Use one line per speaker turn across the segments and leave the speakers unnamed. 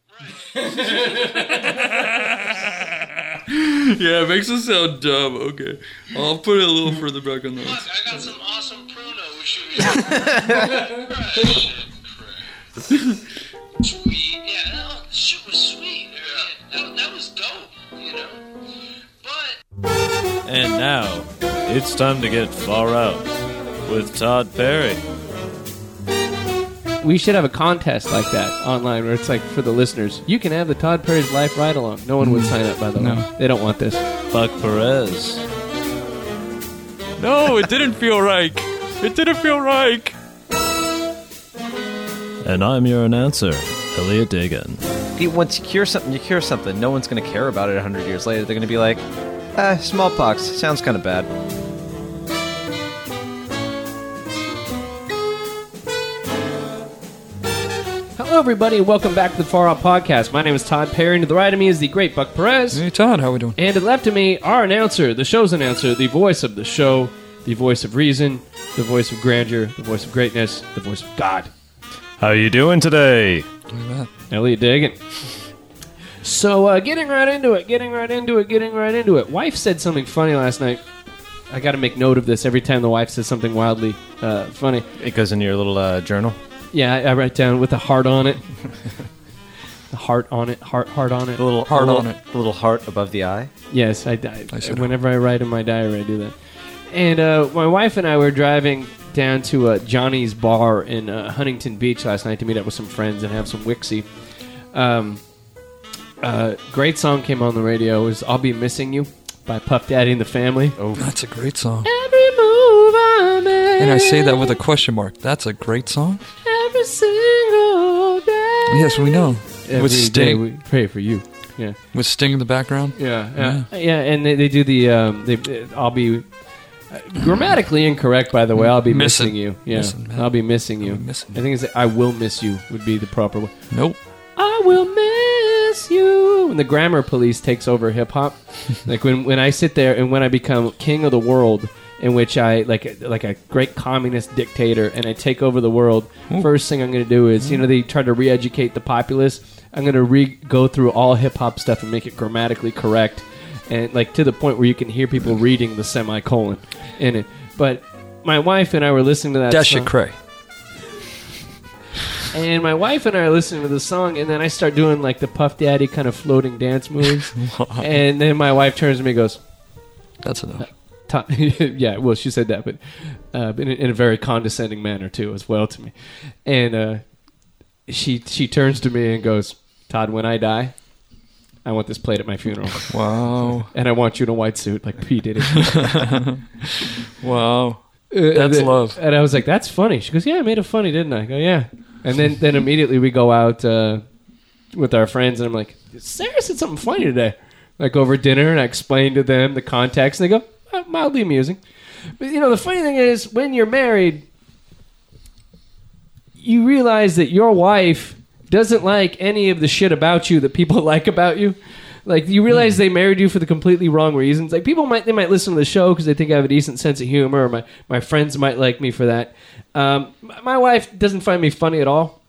yeah, it makes us sound dumb. Okay. I'll put it a little further back on the
Look, I got some awesome Pruno shoes. Crash. Crash. Sweet, yeah, no, the shoe was sweet. Yeah. that, that was dope, you know. But
And now, it's time to get far out with Todd Perry.
We should have a contest like that online where it's like for the listeners. You can have the Todd Perry's Life Ride Along. No one would sign up, by the way.
No.
They don't want this.
Buck Perez.
No, it didn't feel right. It didn't feel right.
And I'm your announcer, Elliot Dagan.
You- Once you cure something, you cure something. No one's going to care about it 100 years later. They're going to be like, ah, smallpox. Sounds kind of bad.
Hello, everybody, and welcome back to the Far Out Podcast. My name is Todd Perry, and to the right of me is the great Buck Perez.
Hey Todd, how we doing?
And to the left of me, our announcer, the show's announcer, the voice of the show, the voice of reason, the voice of grandeur, the voice of greatness, the voice of God.
How you doing today?
Elliot Dagan. So, uh, getting right into it, getting right into it, getting right into it. Wife said something funny last night. I got to make note of this every time the wife says something wildly uh, funny.
It goes into your little uh, journal.
Yeah, I, I write down with a heart on it. the heart on it, heart, heart on it.
The little
Heart
the
on
little, the little heart above the eye.
Yes, I, I,
I should-
whenever I write in my diary, I do that. And uh, my wife and I were driving down to uh, Johnny's Bar in uh, Huntington Beach last night to meet up with some friends and have some Wixie. Um, uh, great song came on the radio. It was "I'll Be Missing You" by Puff Daddy and the Family.
Oh, That's a great song.
Every move I make,
And I say that with a question mark. That's a great song.
every single day.
Yes, we know.
Every
with
day
Sting,
we pray for you. Yeah.
with Sting in the background.
Yeah, yeah, yeah, and they, they do the. Um, they, uh, I'll be uh, grammatically incorrect, by the way. I'll be
Missing.
missing, you. Yeah,
Missing, man.
I'll be missing you.
I'll be missing
I think it's I will miss you would be the proper way.
Nope.
I will miss you. And the grammar police takes over hip hop. like when, when I sit there and when I become king of the world, in which I like a- like a great communist dictator and I take over the world. First thing I'm going to do is you know they try to re-educate the populace. I'm going to re go through all hip hop stuff and make it grammatically correct, and like to the point where you can hear people reading the semicolon in it. But my wife and I were listening to that.
Dasha
song.
Cray.
And my wife and I are listening to the song, and then I start doing like the Puff Daddy kind of floating dance moves. and then my wife turns to me and goes,
That's enough.
"Tom-" Yeah, well, she said that, but uh, in, a, in a very condescending manner, too, as well to me. And uh, she, she turns to me and goes, Todd, when I die, I want this played at my funeral.
Wow.
and I want you in a white suit like P. Diddy.
Wow.
Uh,
That's
and-
love.
And I was like, "That's funny." She goes, "Yeah, I made it funny, didn't I?" I go, "Yeah." And then then immediately we go out uh, with our friends, and I'm like, "Sarah said something funny today." Like over dinner, and I explained to them the context, and they go, "Uh, "Mildly amusing." But you know, the funny thing is, when you're married, you realize that your wife doesn't like any of the shit about you that people like about you. Like you realize they married you for the completely wrong reasons. Like people might they might listen to the show because they think I have a decent sense of humor, or my my friends might like me for that. Um, my my wife doesn't find me funny at all.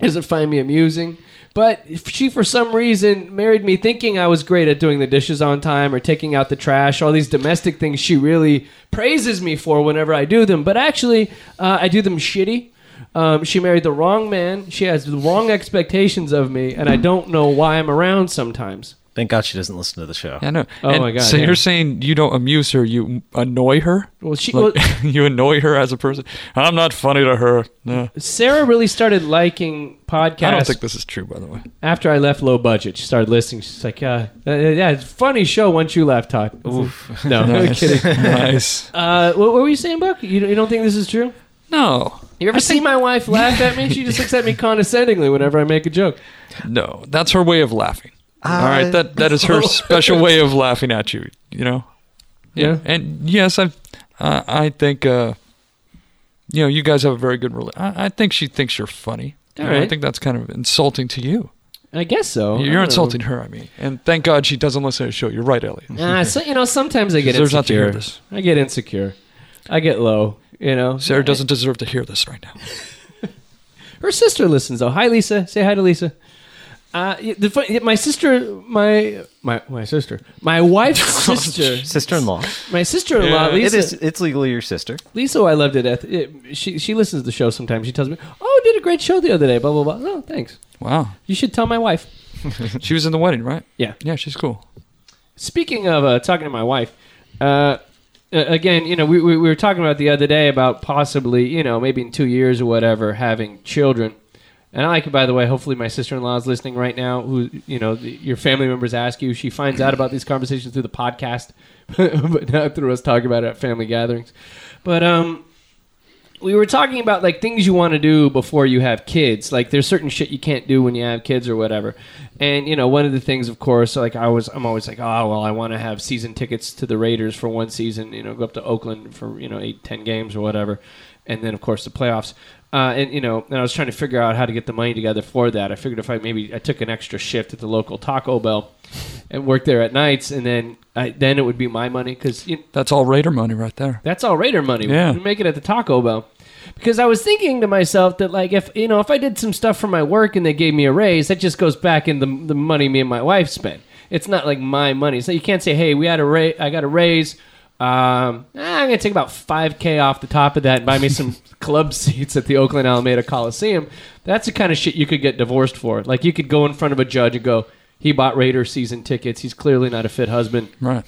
Doesn't find me amusing. But if she, for some reason, married me thinking I was great at doing the dishes on time or taking out the trash, all these domestic things she really praises me for whenever I do them. But actually, uh, I do them shitty. Um, she married the wrong man. She has the wrong expectations of me, and I don't know why I'm around sometimes.
Thank God she doesn't listen to the show.
I know.
Oh
And
my God,
So
yeah.
you're saying you don't amuse her, you annoy her?
Well, she-
Like,
well-
you annoy her as a person. I'm not funny to her. No.
Sarah really started liking podcasts
I don't think this is true, by the way.
after I left Low Budget. She started listening. She's like, uh, uh, "Yeah, it's a funny show once you left, Todd." No, no
Nice.
kidding.
nice.
Uh, what, what were you saying, Buck? You, you don't think this is true?
No.
You ever see my wife laugh at me? She just looks at me condescendingly whenever I make a joke.
No, that's her way of laughing. All right, that that is her special way of laughing at you. You know.
Yeah.
And yes, I, uh, I think, uh, you know, you guys have a very good rela I, I think she thinks you're funny. You
All
know, I
right.
think that's kind of insulting to you.
I guess so. I
You're
don't
insulting her. I mean, and thank God she doesn't listen to the show. You're right, Elliot.
Know. Ah, so you know, sometimes I
She
get
deserves not to hear
insecure.
this.
I get insecure. I get low. You know,
Sarah doesn't deserve to hear this right now.
Her sister listens though. Hi, Lisa. Say hi to Lisa. Uh, yeah, the, fun- yeah, my sister, my my my sister, my wife's sister,
Sister-in-law.
my sister-in-law,
Yeah.
It
Lisa.
is. It's legally your sister.
Lisa, who I loved it. At it, she she listens to the show sometimes. She tells me, "Oh, did a great show the other day." Blah blah blah. No, thanks.
Wow.
You should tell my wife.
She was in the wedding, right?
Yeah.
Yeah, she's cool.
Speaking of uh, talking to my wife, uh, uh, again, you know, we, we, we were talking about the other day about possibly, you know, maybe in two years or whatever, having children. And I like, by the way, hopefully my sister in law is listening right now. Who, you know, the, your family members ask you. She finds out about these conversations through the podcast, but not through us talking about it at family gatherings. But um, we were talking about like things you want to do before you have kids. Like there's certain shit you can't do when you have kids or whatever. And you know, one of the things, of course, like I was, I'm always like, oh well, I want to have season tickets to the Raiders for one season. You know, go up to Oakland for you know eight, ten games or whatever, and then of course the playoffs. Uh, and you know, and I was trying to figure out how to get the money together for that. I figured if I maybe I took an extra shift at the local Taco Bell and worked there at nights, and then I, then it would be my money because you
That's all Raider money right there.
that's all Raider money.
Yeah.
We make it at the Taco Bell. Because I was thinking to myself that like if you know if I did some stuff for my work and they gave me a raise, that just goes back in the, the money me and my wife spent. It's not like my money. So you can't say, hey, we had a ra- I got a raise. Um, eh, I'm gonna take about five k off the top of that and buy me some club seats at the Oakland Alameda Coliseum. That's the kind of shit you could get divorced for. Like you could go in front of a judge and go, he bought Raider season tickets. He's clearly not a fit husband
Right.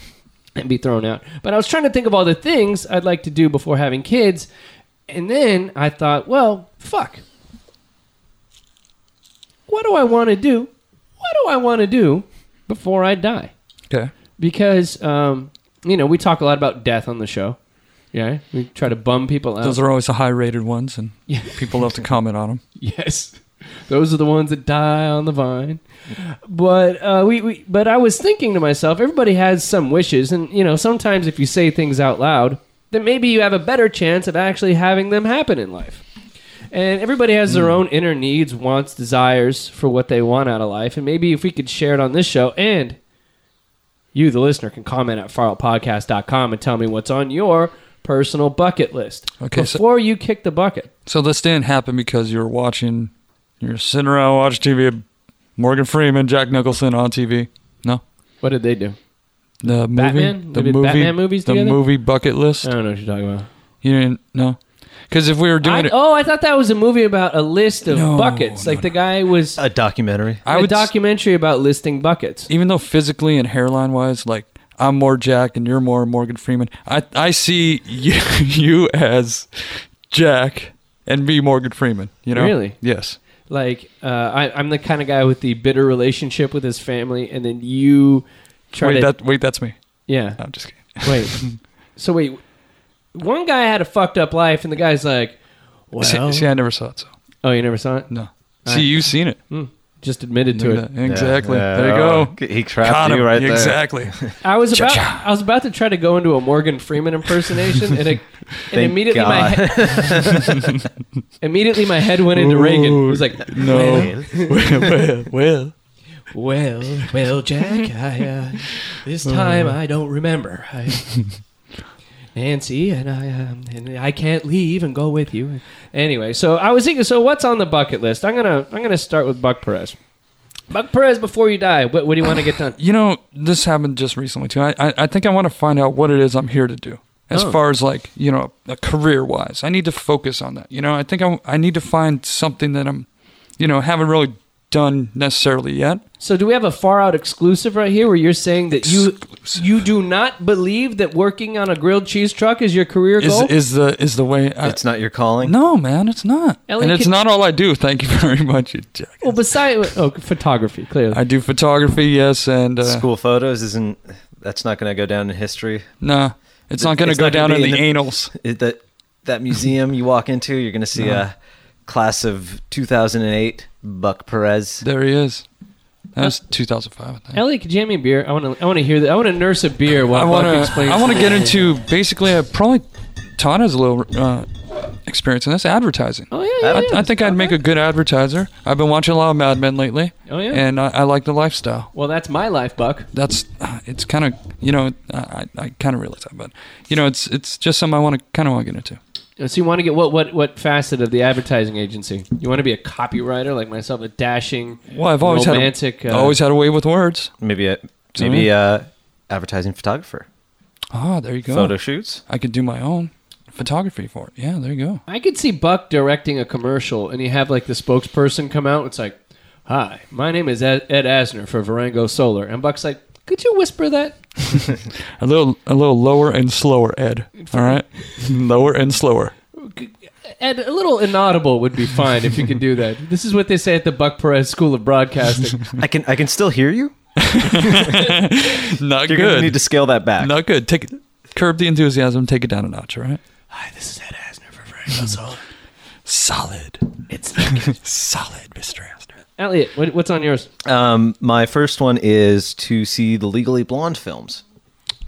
and be thrown out. But I was trying to think of all the things I'd like to do before having kids, and then I thought, well, fuck. What do I want to do? What do I want to do before I die?
Okay.
Because um, you know we talk a lot about death on the show. Yeah, we try to bum people out.
Those are always the high rated ones, and
Yeah.
people love to comment on them.
Yes, those are the ones that die on the vine. But uh, we, we, but I was thinking to myself, everybody has some wishes, and you know, sometimes if you say things out loud, then maybe you have a better chance of actually having them happen in life. And everybody has
Hmm.
their own inner needs, wants, desires for what they want out of life, and maybe if we could share it on this show and you, the listener, can comment at farlpodcast.com and tell me what's on your personal bucket list
Okay, so-
before you kick the bucket.
So this didn't happen because you're watching, you're sitting around watching TV, Morgan Freeman, Jack Nicholson on TV. No,
What did they do?
the movie,
Batman?
the
We did
movie,
Batman movies
the
together?
movie bucket list.
I don't know what you're talking about.
you didn't no, because if we were doing
I,
it,
oh, I thought that was a movie about a list of
No,
buckets. Like the guy was a
A documentary.
I would s-
documentary about listing buckets.
even though physically and hairline wise, like I'm more Jack and you're more Morgan Freeman, I I see you, you as Jack and me Morgan Freeman. You know,
Really?
Yes.
Like uh, I, I'm the kind of guy with the bitter relationship with his family, and then you try
Wait,
to
that wait, that's me. No,
yeah.
I'm just kidding.
Wait, so wait, one guy had a fucked up life, and the guy's like, well,
See, see, I never saw it, so
oh, you never saw it?
no.
All
See,
right.
you've seen it.
Just admitted to
Look
it.
at that. Exactly.
Yeah.
There you
Oh,
go.
He trapped
Got
you
him.
right there.
Exactly.
I was about
Cha-cha.
I was about to try to go into a Morgan Freeman impersonation, and, it, and
Thank
immediately my
God.
head, immediately my head went into Reagan. It was like,
no. well, well, well.
well, well, Jack, I, uh, this time I don't remember. I, Nancy and I um, and I can't leave and go with you. Anyway, so I was thinking. So what's on the bucket list? I'm gonna I'm gonna start with Buck Perez. Buck Perez, before you die, what, what do you want to get done?
You know, this happened just recently too. I, I, I think I want to find out what it is I'm here to do, as
Oh.
far as like you know, career wise. I need to focus on that. You know, I think I, I need to find something that I'm, you know, haven't really done necessarily yet.
So do we have a far out exclusive right here where you're saying that you
Exclusive.
you do not believe that working on a grilled cheese truck is your career
Is
goal?
is the is the way? I,
It's not your calling.
no, man, it's not,
Ellie,
and it's
can-
not all I do. Thank you very much, you Jack.
well, besides oh, photography, clearly.
I do photography, yes, and uh,
School photos isn't. That's not going to go down in history.
nah, it's not going to
It's
go
not gonna
down in
be
the,
in the-
annals.
It, that that museum you walk into, you're going to see a class of 2008 Buck Perez.
There he is. That was 2005. I think.
Ellie, could you hand me a beer? I want to. I want to hear that. I want to nurse a beer while
I
Buck
want to.
explains.
I want
to
to
me.
get into basically. I probably Todd has a little uh, experience in this advertising.
Oh yeah, yeah,
I,
yeah.
I think I'd make a good advertiser. I've been watching a lot of Mad Men lately.
Oh, yeah?
and I, I like the lifestyle.
Well, that's my life, Buck.
That's uh, it's kind of you know I I, I kind of realize that, but you know it's it's just something I want to kind of want to get into.
So you want to get what what what facet of the advertising agency? You want to be a copywriter like myself, a dashing,
Well, I've always
romantic.
had a,
uh,
always had a way with words.
Maybe a maybe uh advertising photographer.
Ah, there you go.
Photo shoots.
I could do my own photography for it. Yeah, there you go.
I could see Buck directing a commercial, and you have like the spokesperson come out. It's like, "Hi, my name is Ed, Ed Asner for Varango Solar," and Buck's like, "Could you whisper that?"
A little, a little lower and slower, Ed. All right, lower and slower.
Ed, a little inaudible would be fine if you can do that. This is what they say at the Buck Perez School of Broadcasting.
I can I can still hear you.
Not
You're going to
good.
need to scale that back.
Not good. Take it, curb the enthusiasm. Take it down a notch. All right.
Hi, this is Ed Asner for Varango Solar.
Solid.
It's
Solid, Mr. Astor.
Elliot. What, what's on yours?
Um, my first one is to see the Legally Blonde films.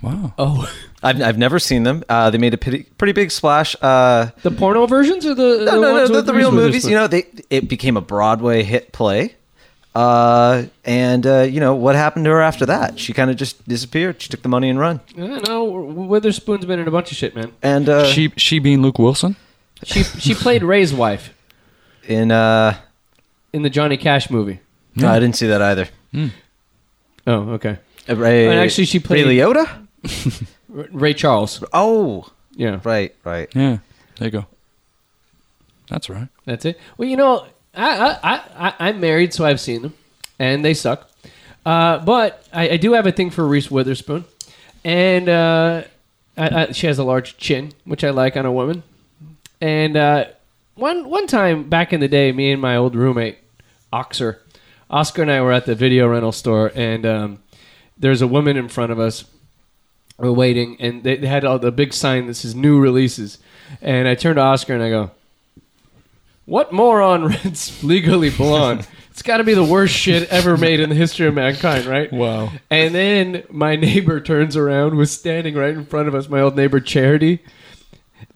Wow.
Oh,
I've, I've never seen them. Uh, they made a pretty, pretty big splash. Uh,
the porno versions or the
no,
the
no, no,
ones
the,
with
the real
Reese
movies.
Witherspoon?
You know, they it became a Broadway hit play. Uh, and uh, you know what happened to her after that? She kind of just disappeared. She took the money and run.
Yeah, no, Witherspoon's been in a bunch of shit, man.
And uh, she
she, she being Luke Wilson.
She she played Ray's wife
in uh,
in the Johnny Cash movie.
no, I didn't see that either.
Oh, okay.
Uh, Ray,
And actually, she played-
Ray Liotta.
R- Ray Charles.
Oh,
Yeah,
right, right.
Yeah. There you go. That's right.
that's it. Well, you know, I I I I- I'm married, so I've seen them, and they suck. Uh, but I, I do have a thing for Reese Witherspoon, and uh, I, I, she has a large chin, which I like on a woman. And uh, one one time back in the day, me and my old roommate Oxer, Oscar and I were at the video rental store, and um, there's a woman in front of us. We're waiting, and they, they had all the big sign that says "New Releases," and I turned to Oscar and I go, "What moron reads Legally Blonde? it's got to be the worst shit ever made in the history of mankind, right?"
Wow.
And then my neighbor turns around, was standing right in front of us, my old neighbor Charity.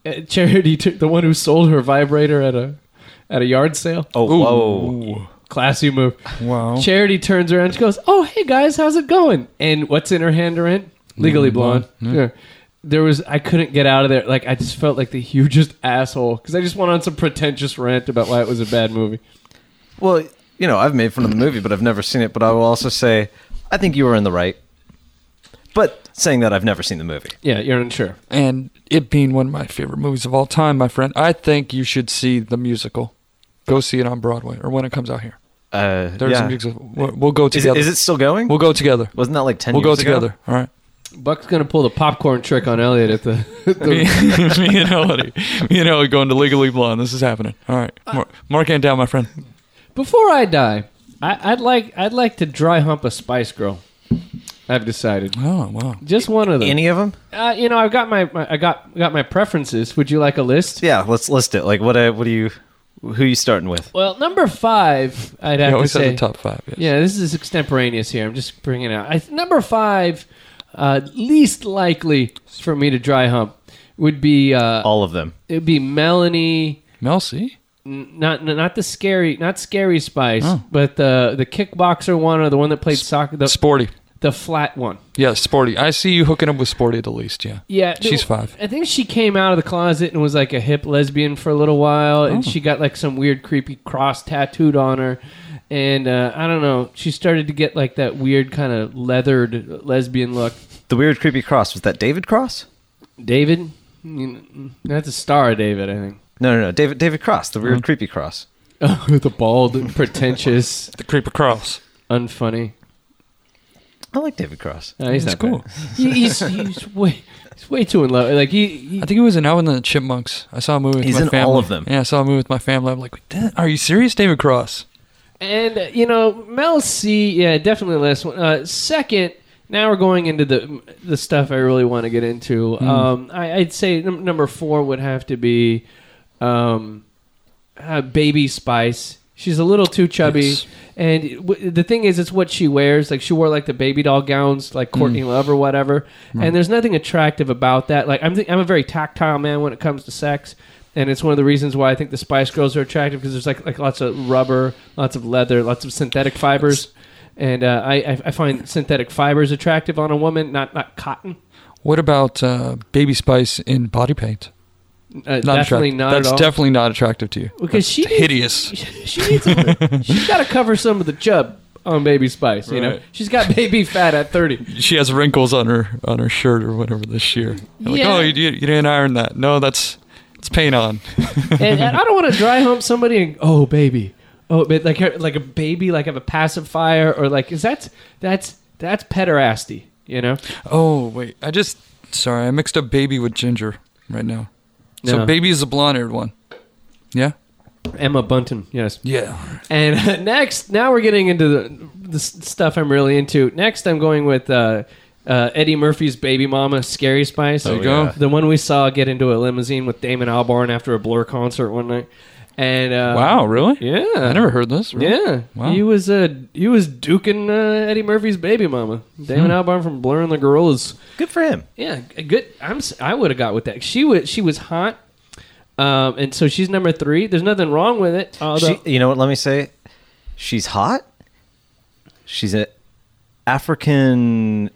Uh, Charity, t- the one who sold her vibrator at a at a yard sale.
Oh, whoa.
Classy move.
Wow.
Charity turns around. She goes, "Oh, hey guys, how's it going?" And what's in her hand, Durant? Legally blonde. Yeah. There was I couldn't get out of there. Like I just felt like the hugest asshole because I just went on some pretentious rant about why it was a bad movie.
Well, you know, I've made fun of the movie, but I've never seen it. But I will also say, I think you were in the right. But saying that, I've never seen the movie.
Yeah, you're unsure.
And it being one of my favorite movies of all time, my friend, I think you should see the musical. Go see it on Broadway or when it comes out here.
Uh,
There's
yeah.
a musical. We'll, we'll go
Is it,
together.
is it still going?
We'll go together.
Wasn't that like 10
We'll go
years ago?
together. All right.
Buck's gonna pull the popcorn trick on Elliot at the. At the
me, me and Elodie. Me and Elodie going to Legally Blonde. This is happening. All right.
Uh,
Mark, mark it down, my friend.
Before I die, I, I'd like I'd like to dry hump a Spice Girl. I've decided
Oh, wow.
just one of them.
Any of them?
uh, you know, I've got my, my I got got my preferences. Would you like a list?
Yeah, let's list it. Like, what? Uh, what do you? Who are you starting with?
Well, number five, I'd
You
have to
always
say.
have the top five. Yes.
Yeah, this is extemporaneous here. I'm just bringing it out. I, th- number five, uh, least likely for me to dry hump would be uh,
All of them.
it would be Melanie.
Mel C.
n- Not n- not the scary, not scary Spice,
Oh.
but the the kickboxer one or the one that played soccer, the,
Sporty.
the flat one.
Yeah, Sporty. I see you hooking up with Sporty at the least. Yeah.
Yeah,
She's
no,
five.
I think she came out of the closet and was like a hip lesbian for a little while,
Oh.
and she got like some weird, creepy cross tattooed on her, and uh, I don't know. She started to get like that weird kind of leathered lesbian look.
The weird, creepy cross was that David Cross?
David, You- that's a star, of David. I think.
No, no, no. David, David Cross. The
Uh-huh.
weird, creepy cross.
Oh, the bald, pretentious,
The Creeper Cross.
unfunny.
I like David Cross.
No, he's
That's
not
cool.
cool. he's, he's way, he's way too in love. Like he, he
I think it was in Alvin and the Chipmunks. I saw a movie with
He's
my
in
family.
all of them.
Yeah, I saw a movie with my family. I'm like, "That- are you serious, David Cross?
And uh, you know, Mel C, yeah, definitely last one. Uh, second, now we're going into the the stuff I really want to get into. Um, I, I'd say num- number four would have to be um, uh, Baby Spice. She's a little too chubby,
Yes.
and w- the thing is, it's what she wears. Like she wore like the baby doll gowns,
Mm.
like Courtney Love or whatever. And there's nothing attractive about that. Like I'm, th- I'm a very tactile man when it comes to sex, and it's one of the reasons why I think the Spice Girls are attractive because there's like like lots of rubber, lots of leather, lots of synthetic fibers. And uh, I, I- I find synthetic fibers attractive on a woman, not not cotton.
What about uh, Baby Spice in body paint?
Uh,
Not
definitely
attractive.
not
That's
at all.
definitely not attractive to you.
because she needs-
Hideous.
she needs a, she's got to cover some of the chub on Baby Spice. You know,
Right.
she's got baby fat at thirty.
She has wrinkles on her on her shirt or whatever this year. You're Like,
Yeah.
oh, you, you, you didn't iron that. No, that's it's paint on.
and, and I don't want to dry hump somebody and oh baby, oh but like her- like a baby, like have a pacifier or like is that that's that's pederasty, you know?
Oh wait, I just sorry, I mixed up baby with ginger right now.
No.
So baby is the blonde-haired one. Yeah.
Emma Bunton, yes.
Yeah.
And uh, next, now we're getting into the the s- stuff I'm really into. Next, I'm going with uh, uh, Eddie Murphy's Baby Mama, Scary Spice.
There you go. yeah.
The one we saw get into a limousine with Damon Albarn after a Blur concert one night. And uh,
Wow, really?
yeah,
I never heard this. really.
Yeah,
Wow.
he was uh, he was duking uh, Eddie Murphy's baby mama, Damon
Hmm.
Albarn from Blur and the Gorillas.
Good for him.
Yeah, a good. I'm s- I would have got with that. She was she was hot, um, and so she's number three. There's nothing wrong with it. Although,
She, you know what? Let me say, she's hot. She's an African.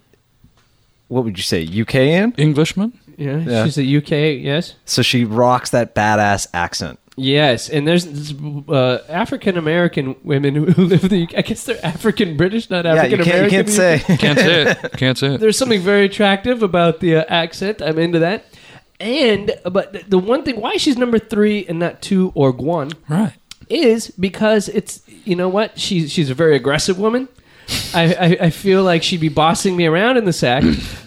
What would you say? UKan.
Englishman?
yeah,
Yeah.
she's a UK. Yes,
So she rocks that badass accent.
yes, and there's this, uh, African American women who live in the. UK. I guess they're African British, not
Yeah,
African
you can't,
American.
you can't say.
Can't say it. Can't say it.
there's something very attractive about the uh, accent. I'm into that. And but the- the one thing why she's number three and not two or one
Right.
is because it's you know what she's she's a very aggressive woman. I, I, I feel like she'd be bossing me around in the sack.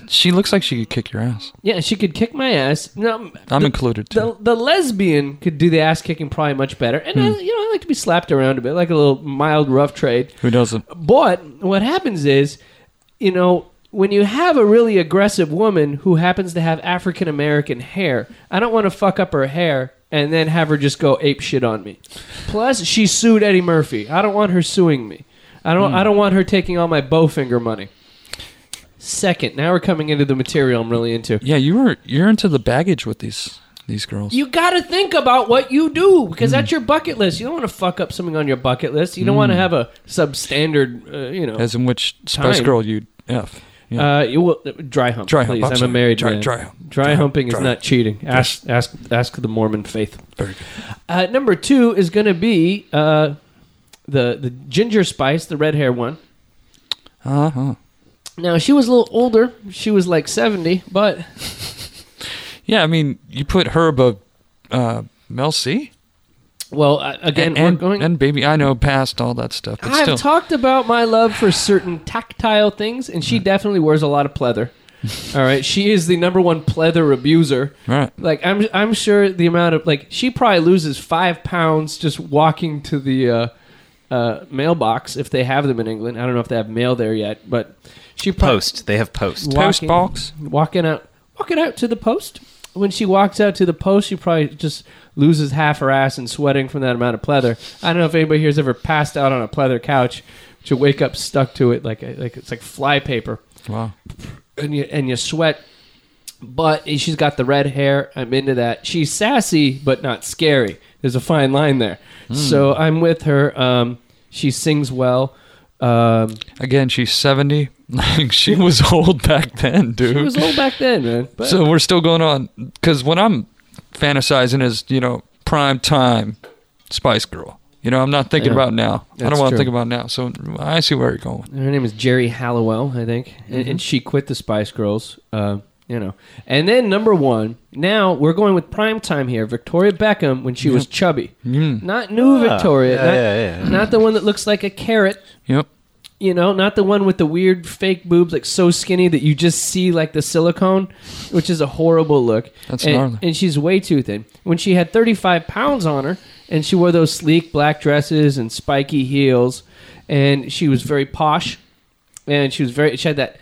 She looks like she could kick your ass.
Yeah, she could kick my ass. No,
I'm
the,
included too.
the, the lesbian could do the ass kicking probably much better. And
Hmm.
I, you know I like to be slapped around a bit, like a little mild rough trade.
Who doesn't?
But what happens is, you know, when you have a really aggressive woman who happens to have African American hair, I don't want to fuck up her hair and then have her just go ape shit on me. Plus, she sued Eddie Murphy. I don't want her suing me. I
Hmm.
don't. I don't want her taking all my Bowfinger money. Second, now we're coming into the material I'm really into.
Yeah, you were you're into the baggage with these these girls.
You got to think about what you do because
Hmm.
that's your bucket list. You don't want to fuck up something on your bucket list. You don't
Hmm.
want to have a substandard, uh, you know,
As in which Spice
Time.
Girl you'd F. Yeah.
Uh, you will dry hump.
Dry hump,
please.
I'm
I'm, a
sorry.
married
Dry-
man.
dry hump.
Dry
Dry hump,
humping
dry
is not
hump.
cheating. Ask ask ask the Mormon faith.
Very good.
Uh, number two is going to be uh, the the ginger spice, the red hair one.
Uh huh.
Now she was a little older. She was like seventy, but
Yeah, I mean, you put her above uh, Mel C.
well, uh, again,
and,
we're going.
and baby, I know past all that stuff, but
I've
still,
talked about my love for certain tactile things, and she definitely wears a lot of pleather. All right, she is the number one pleather abuser.
Right.
Like I'm, I'm sure the amount of like she probably loses five pounds just walking to the uh, uh, mailbox if they have them in England. I don't know if they have mail there yet, but she probably
Post. They have post.
post box.
walking out, walking out to the post. When she walks out to the post, she probably just loses half her ass and sweating from that amount of pleather. I don't know if anybody here's ever passed out on a pleather couch, but you wake up stuck to it like a, like it's like fly paper,
Wow.
and you and you sweat. But she's got the red hair. I'm into that. She's sassy but not scary. There's a fine line there.
Hmm.
So I'm with her. Um, she sings well. Um,
Again, she's seventy. Like she was old back then, dude.
it was old back then, man. But
so we're still going on because what I'm fantasizing is you know prime time Spice Girl. You know, I'm not thinking
Yeah.
about now. I
That's
don't want
true.
to think about now. So I see where you're going.
Her name is Jerry Halliwell, I think, and,
Mm-hmm.
and she quit the Spice Girls. Uh, you know, and then number one. Now we're going with prime time here. Victoria Beckham when she was chubby, not new Victoria,
Mm. Ah, yeah,
not,
yeah, yeah.
not the one that looks like a carrot.
Yep.
You know, not the one with the weird fake boobs, like so skinny that you just see like the silicone, which is a horrible look.
That's
and,
gnarly.
And she's way too thin. When she had 35 pounds on her, and she wore those sleek black dresses and spiky heels, and she was very posh, and she was very she had that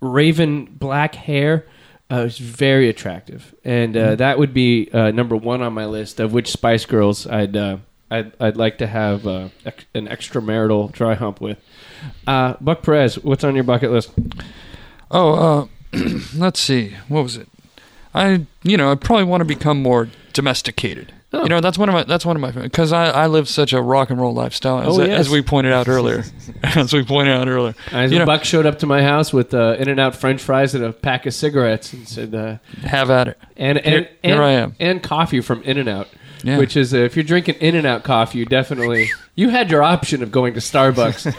raven black hair. Uh, it was very attractive, and uh,
Mm-hmm.
that would be uh, number one on my list of which Spice Girls I'd uh, I'd, I'd like to have uh, ex- an extramarital dry hump with. Uh, Buck Perez, what's on your bucket list?
Oh, uh, let's see. What was it? I, you know, I probably want to become more domesticated.
Oh.
You know, that's one of my that's one of my because I, I live such a rock and roll lifestyle as,
Oh,
as
yes.
we pointed out earlier, as we pointed out earlier.
As
you know,
Buck showed up to my house with uh, In and Out French fries and a pack of cigarettes and said, uh,
have at it.
and and,
Here-
and
here I am.
and coffee from In and Out,
Yeah.
which is uh, if you're drinking In and Out coffee, you definitely you had your option of going to Starbucks.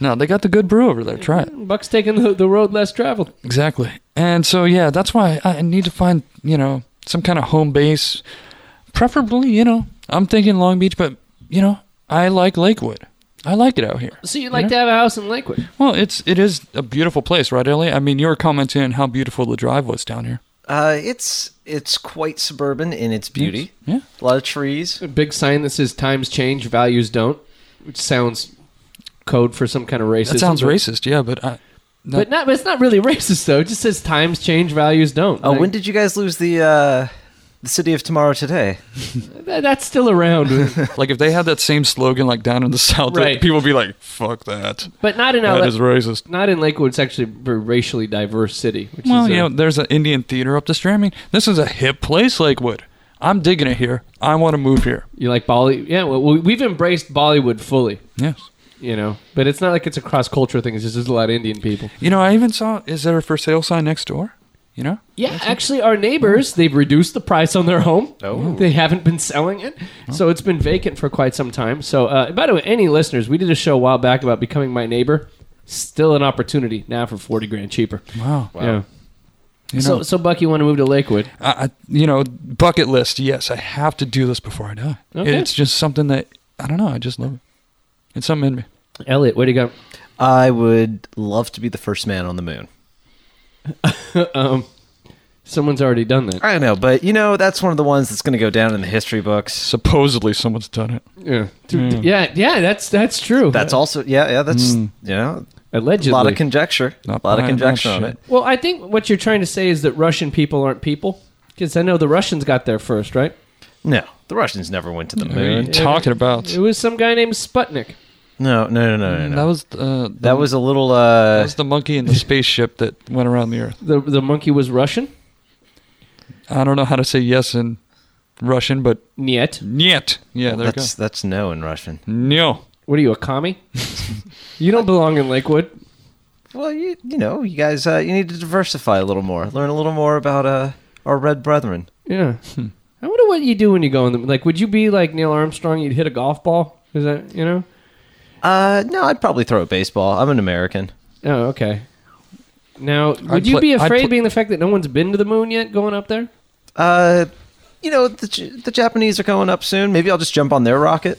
No, they got the good brew over there. Try it.
Buck's taking the, the road less traveled.
Exactly. And so yeah, that's why I I need to find, you know, some kind of home base. Preferably, you know, I'm thinking Long Beach, but you know, I like Lakewood. I like it out here.
So you'd like to have a house in Lakewood?
Well, it's it is a beautiful place, right, Ellie? I mean, you were commenting on how beautiful the drive was down here.
Uh, it's it's quite suburban in its beauty.
Yeah.
A lot of trees.
A big sign that says "Times change, values don't," which sounds code for some kind of racism.
That sounds
but-
racist, yeah, but I,
but not. But it's not really racist though. It just says "Times change, values don't."
Oh,
Like,
when did you guys lose the uh, the city of tomorrow today?
that- that's still around,
like if they had that same slogan like down in the south,
Right.
people would be like, "Fuck that."
but not in
That
LA.
is racist.
not in Lakewood. It's actually a very racially diverse city. Which
Well,
is, uh,
you know, there's an Indian theater up the street. I mean, this is a hip place, Lakewood. I'm digging it here. I want to move here.
You like Bolly? Yeah, well, we- we've embraced Bollywood fully,
Yes.
you know. But it's not like it's a cross cultural thing. It's just there's a lot of Indian people.
You know, I even saw is there a for sale sign next door? You know?
Yeah, actually, our neighbors they've reduced the price on their home.
Oh.
they haven't been selling it, so it's been vacant for quite some time. So, uh, by the way, any listeners, we did a show a while back about becoming my neighbor. Still an opportunity now for forty grand cheaper.
Wow.
Yeah.
You know,
so, so Buck, you want to move to Lakewood?
I, I, you know, bucket list. Yes, I have to do this before I die.
Okay.
It's just something that I don't know. I just love it. It's something in me.
Elliot, where do you go?
I would love to be the first man on the moon.
Um, someone's already done that.
I know, but you know that's one of the ones that's going to go down in the history books.
Supposedly, someone's done it.
Yeah, yeah, yeah. That's that's true.
That's also yeah, Hmm. yeah. That's you know a
allegedly.
lot of conjecture,
Not
a lot of
behind that
conjecture on
shit.
it.
Well, I think what you're trying to say is that Russian people aren't people, because I know the Russians got there first, right?
No, the Russians never went to the
What are you
moon.
talking about?
It was some guy named Sputnik.
No, no, no, no, no.
That
no.
was uh, the,
That was a little.
that
uh
was the monkey in the spaceship that went around the Earth.
The the monkey was Russian.
I don't know how to say yes in Russian, but
Niet.
yet, yeah, there you go.
That's that's no in Russian.
No,
What are you, a commie? you don't belong in Lakewood.
Well, you you know you guys uh, you need to diversify a little more, learn a little more about uh our red brethren.
Yeah.
Hmm.
I wonder what you do when you go in the like. Would you be like Neil Armstrong? You'd hit a golf ball. Is that you know?
Uh, no, I'd probably throw a baseball. I'm an American.
Oh, okay. Now, would you
play-
be
I'd
afraid,
pl-
being the fact that no one's been to the moon yet, going up there?
Uh, you know the J- the Japanese are going up soon. Maybe I'll just jump on their rocket.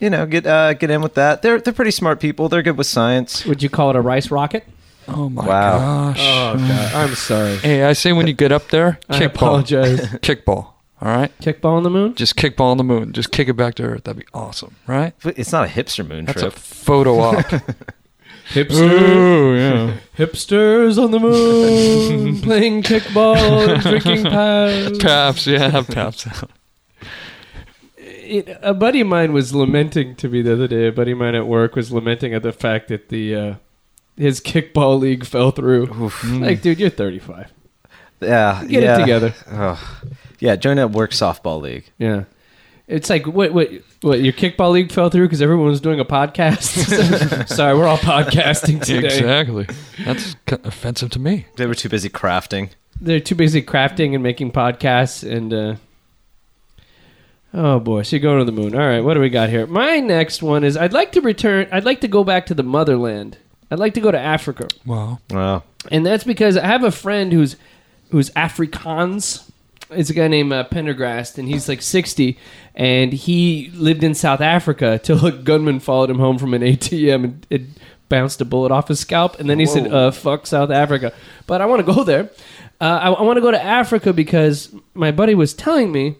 You know, get uh, get in with that. They're they're pretty smart people. They're good with science.
Would you call it a rice rocket?
oh my
Wow.
gosh.
Oh God, I'm sorry.
Hey, I say when you get up there,
I
kickball,
apologize.
kickball. All right,
Kickball on the moon.
just kickball on the moon. Just kick it back to Earth. That'd be awesome, right?
But It's not a hipster moon
That's a
trip.
photo op.
Hipster,
yeah.
hipsters on the moon playing kickball and drinking pals.
Paps, yeah, have paps.
It- a buddy of mine was lamenting to me the other day. A buddy of mine at work was lamenting at the fact that the uh, his kickball league fell through. Like, dude, you're 35.
yeah,
Get
yeah.
it together.
Ugh. Yeah, join a work softball league.
Yeah. It's like what what what your kickball league fell through because everyone was doing a podcast. Sorry, we're all podcasting today.
Exactly. That's ki- offensive to me.
They were too busy crafting.
they're too busy crafting and making podcasts and uh oh boy so you're going to the moon all right what do we got here my next one is i'd like to return i'd like to go back to the motherland i'd like to go to africa
Wow.
Wow.
and that's because i have a friend who's who's afrikaans it's a guy named uh, pendergast and he's like 60 and he lived in south africa till a gunman followed him home from an atm and it bounced a bullet off his scalp and then he said uh, fuck south africa but i want to go there uh, i, I want to go to africa because my buddy was telling me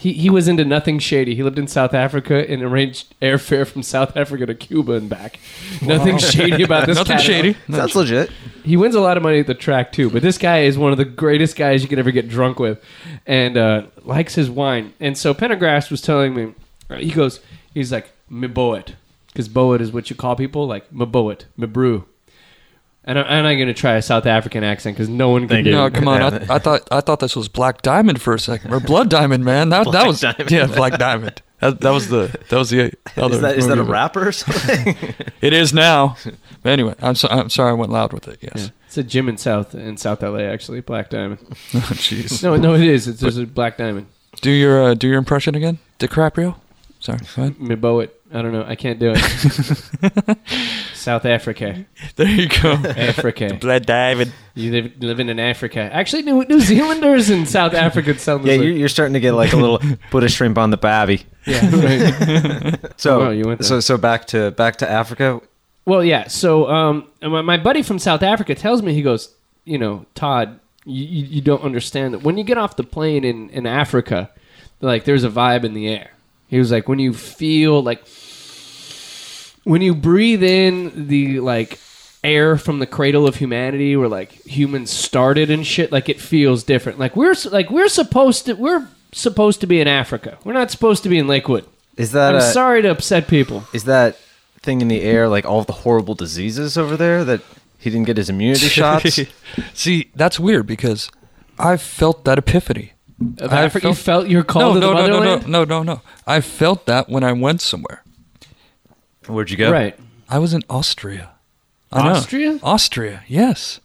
he, he was into nothing shady. He lived in South Africa and arranged airfare from South Africa to Cuba and back. Nothing shady about this.
Nothing
cat at all.
shady.
Sounds legit.
He wins a lot of money at the track too, but this guy is one of the greatest guys you could ever get drunk with, and uh, likes his wine. And so Pendergrass was telling me, he goes, he's like me boet, because boet is what you call people, like me boet, me brew. And I'm, I'm not going to try a South African accent because no one can.
Thank
do
you.
No,
it.
come on. I, I thought I thought this was Black Diamond for a second, or Blood Diamond, man. That that was
Diamond.
yeah, Black Diamond. That, that was the that was the other.
Is that is that a
movie.
rapper or something?
It is now. But anyway, I'm so, I'm sorry I went loud with it. Yes.
It's a gym in South in South LA actually. Black Diamond.
Jeez.
No, no, it is. It's just a Black Diamond.
Do your uh, do your impression again, DiCaprio. Sorry. Go ahead.
Mibo it. I don't know. I can't do it. South Africa.
There you go.
Africa.
Blood Diamond.
You live, living in Africa. Actually, New, New Zealanders and South Africans sound the
yeah,
same.
you're, you're starting to get like a little put a shrimp on the babby.
yeah, right.
So
Wow, you went there.
so so back to back to Africa.
Well, yeah. So, um, and my, my buddy from South Africa tells me he goes, you know, Todd, you, you you don't understand that when you get off the plane in in Africa, like there's a vibe in the air. He was like, when you feel like when you breathe in the like air from the cradle of humanity where like humans started and shit like it feels different like we're like we're supposed to we're supposed to be in africa we're not supposed to be in lakewood
Is that
i'm
uh,
sorry to upset people
is that thing in the air like all the horrible diseases over there that he didn't get his immunity shots?
See, that's weird because I felt that epiphany.
of
I
africa you felt your call
no,
to
no,
the
no, no,
motherland
no, no, no, no. I felt that when I went somewhere.
Where'd you go?
Right.
I was in Austria. I know.
Austria?
Austria. Yes.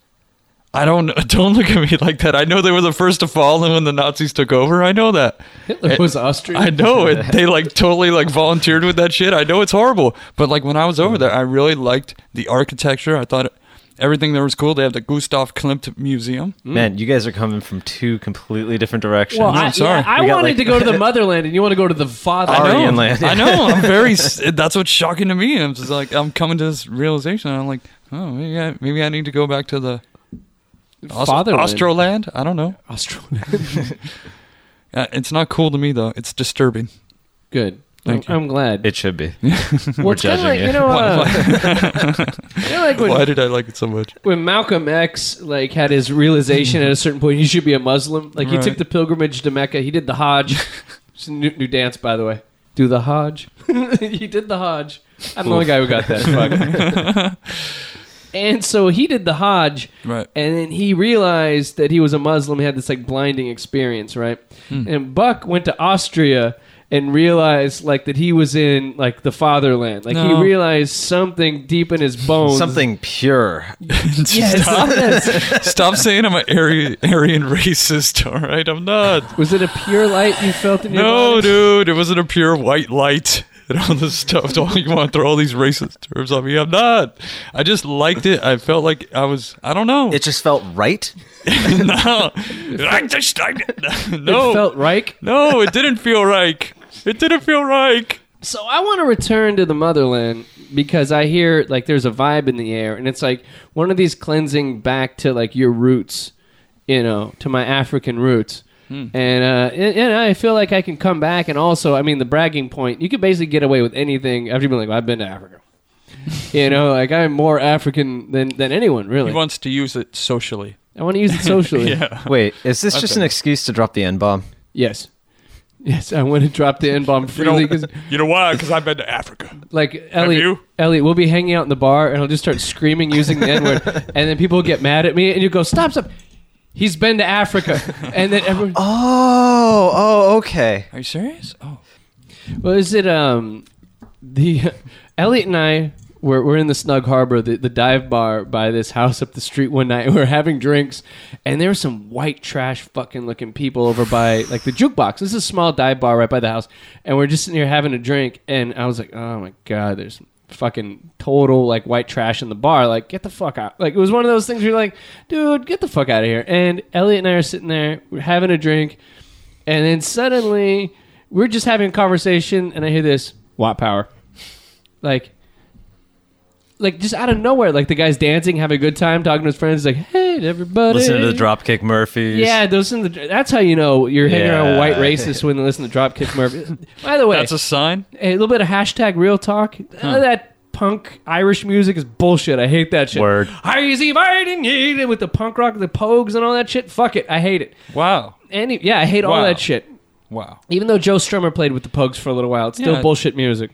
I don't don't look at me like that. I know they were the first to fall and when the Nazis took over. I know that.
Hitler was Austrian.
I know it. They like totally like volunteered with that shit. I know it's horrible, but like when I was over there, I really liked the architecture. I thought everything there was cool. They have the Gustav Klimt Museum.
Man, you guys are coming from two completely different directions.
well, I,
I'm sorry.
yeah, I
We got,
wanted
like-
to go to the motherland, and you want to go to the
I
Aryan
know.
fatherland.
land.
I know. I'm very. s- That's what's shocking to me. I'm just like I'm coming to this realization. I'm like, oh, maybe I, maybe I need to go back to the Aus-
Fatherland.
Austroland. I don't know.
Australia.
Uh, it's not cool to me though. It's disturbing.
Good.
Thank
I'm, I'm glad.
it should be.
Well, it's kinda
judging
like,
you.
you know, uh, you know, like
Why
when,
did I like it so much?
when Malcolm X like had his realization at a certain point, you should be a Muslim. Like he
Right.
took the pilgrimage to Mecca. He did the Hajj. it's a new, new dance, by the way. Do the Hajj. he did the Hajj. I'm the only guy who got that. Fuck. and so he did the Hajj.
Right.
And then he realized that he was a Muslim. He had this like blinding experience, right?
Hmm.
And Buck went to Austria and realized like that he was in like the fatherland. Like
No.
he realized something deep in his bones.
Something pure.
Yes.
Stop saying I'm an Aryan, Aryan racist. All right, I'm not.
was it a pure light you felt in your
No,
body?
dude, it wasn't a pure white light and all this stuff. Don't you want to throw all these racist terms on me? I'm not. I just liked it. I felt like I was. I don't know.
It just felt right.
no, I just. I, no,
It felt right.
no, it didn't feel right. It didn't feel right.
So I want to return to the motherland because I hear like there's a vibe in the air, and it's like one of these cleansing back to like your roots, you know, to my African roots.
Hmm.
And uh, and and I feel like I can come back, and also, I mean, the bragging point—you could basically get away with anything after you've been like, "I've been to Africa," you know, like I'm more African than than anyone, really.
He wants to use it socially.
I want to use it socially.
Wait, is this just
Okay.
an excuse to drop the N bomb?
Yes. Yes, I want to drop the N bomb
You know,
freely because,
you know why? Because I've been to Africa.
like, Elliot,
you?
Elliot, we'll be hanging out in the bar and I'll just start screaming using the N word, and then people will get mad at me, and you go, "Stop, stop!" He's been to Africa, and then everyone.
Oh, oh, okay.
Are you serious? Oh,
Well, is it um the Elliot and I were we're in the Snug Harbor, the, the dive bar by this house up the street one night. We were having drinks, and there were some white trash fucking looking people over by like the jukebox. This is a small dive bar right by the house, and we're just sitting here having a drink. And I was like, oh my god, there's fucking total like white trash in the bar. Like, get the fuck out. Like, it was one of those things where you're like, dude, get the fuck out of here. And Elliot and I are sitting there, we're having a drink. And then suddenly, we're just having a conversation, and I hear this watt power, like, like just out of nowhere. Like the guy's dancing, having a good time, talking to his friends. Like, hey, everybody,
Listen to the Dropkick Murphys.
Yeah, those in the. That's how you know you're hanging around with white
Yeah.
racists when they listen to Dropkick Murphy. By the way,
that's a sign.
a little bit of hashtag real talk. None of that punk Irish music is bullshit. I hate that shit.
Word.
Are you inviting you with the punk rock, the pogues, and all that shit? Fuck it, I hate it.
Wow,
Any yeah, I hate all
Wow.
that shit.
wow.
Even though Joe Strummer played with the Pogues for a little while, it's still
Yeah.
bullshit music.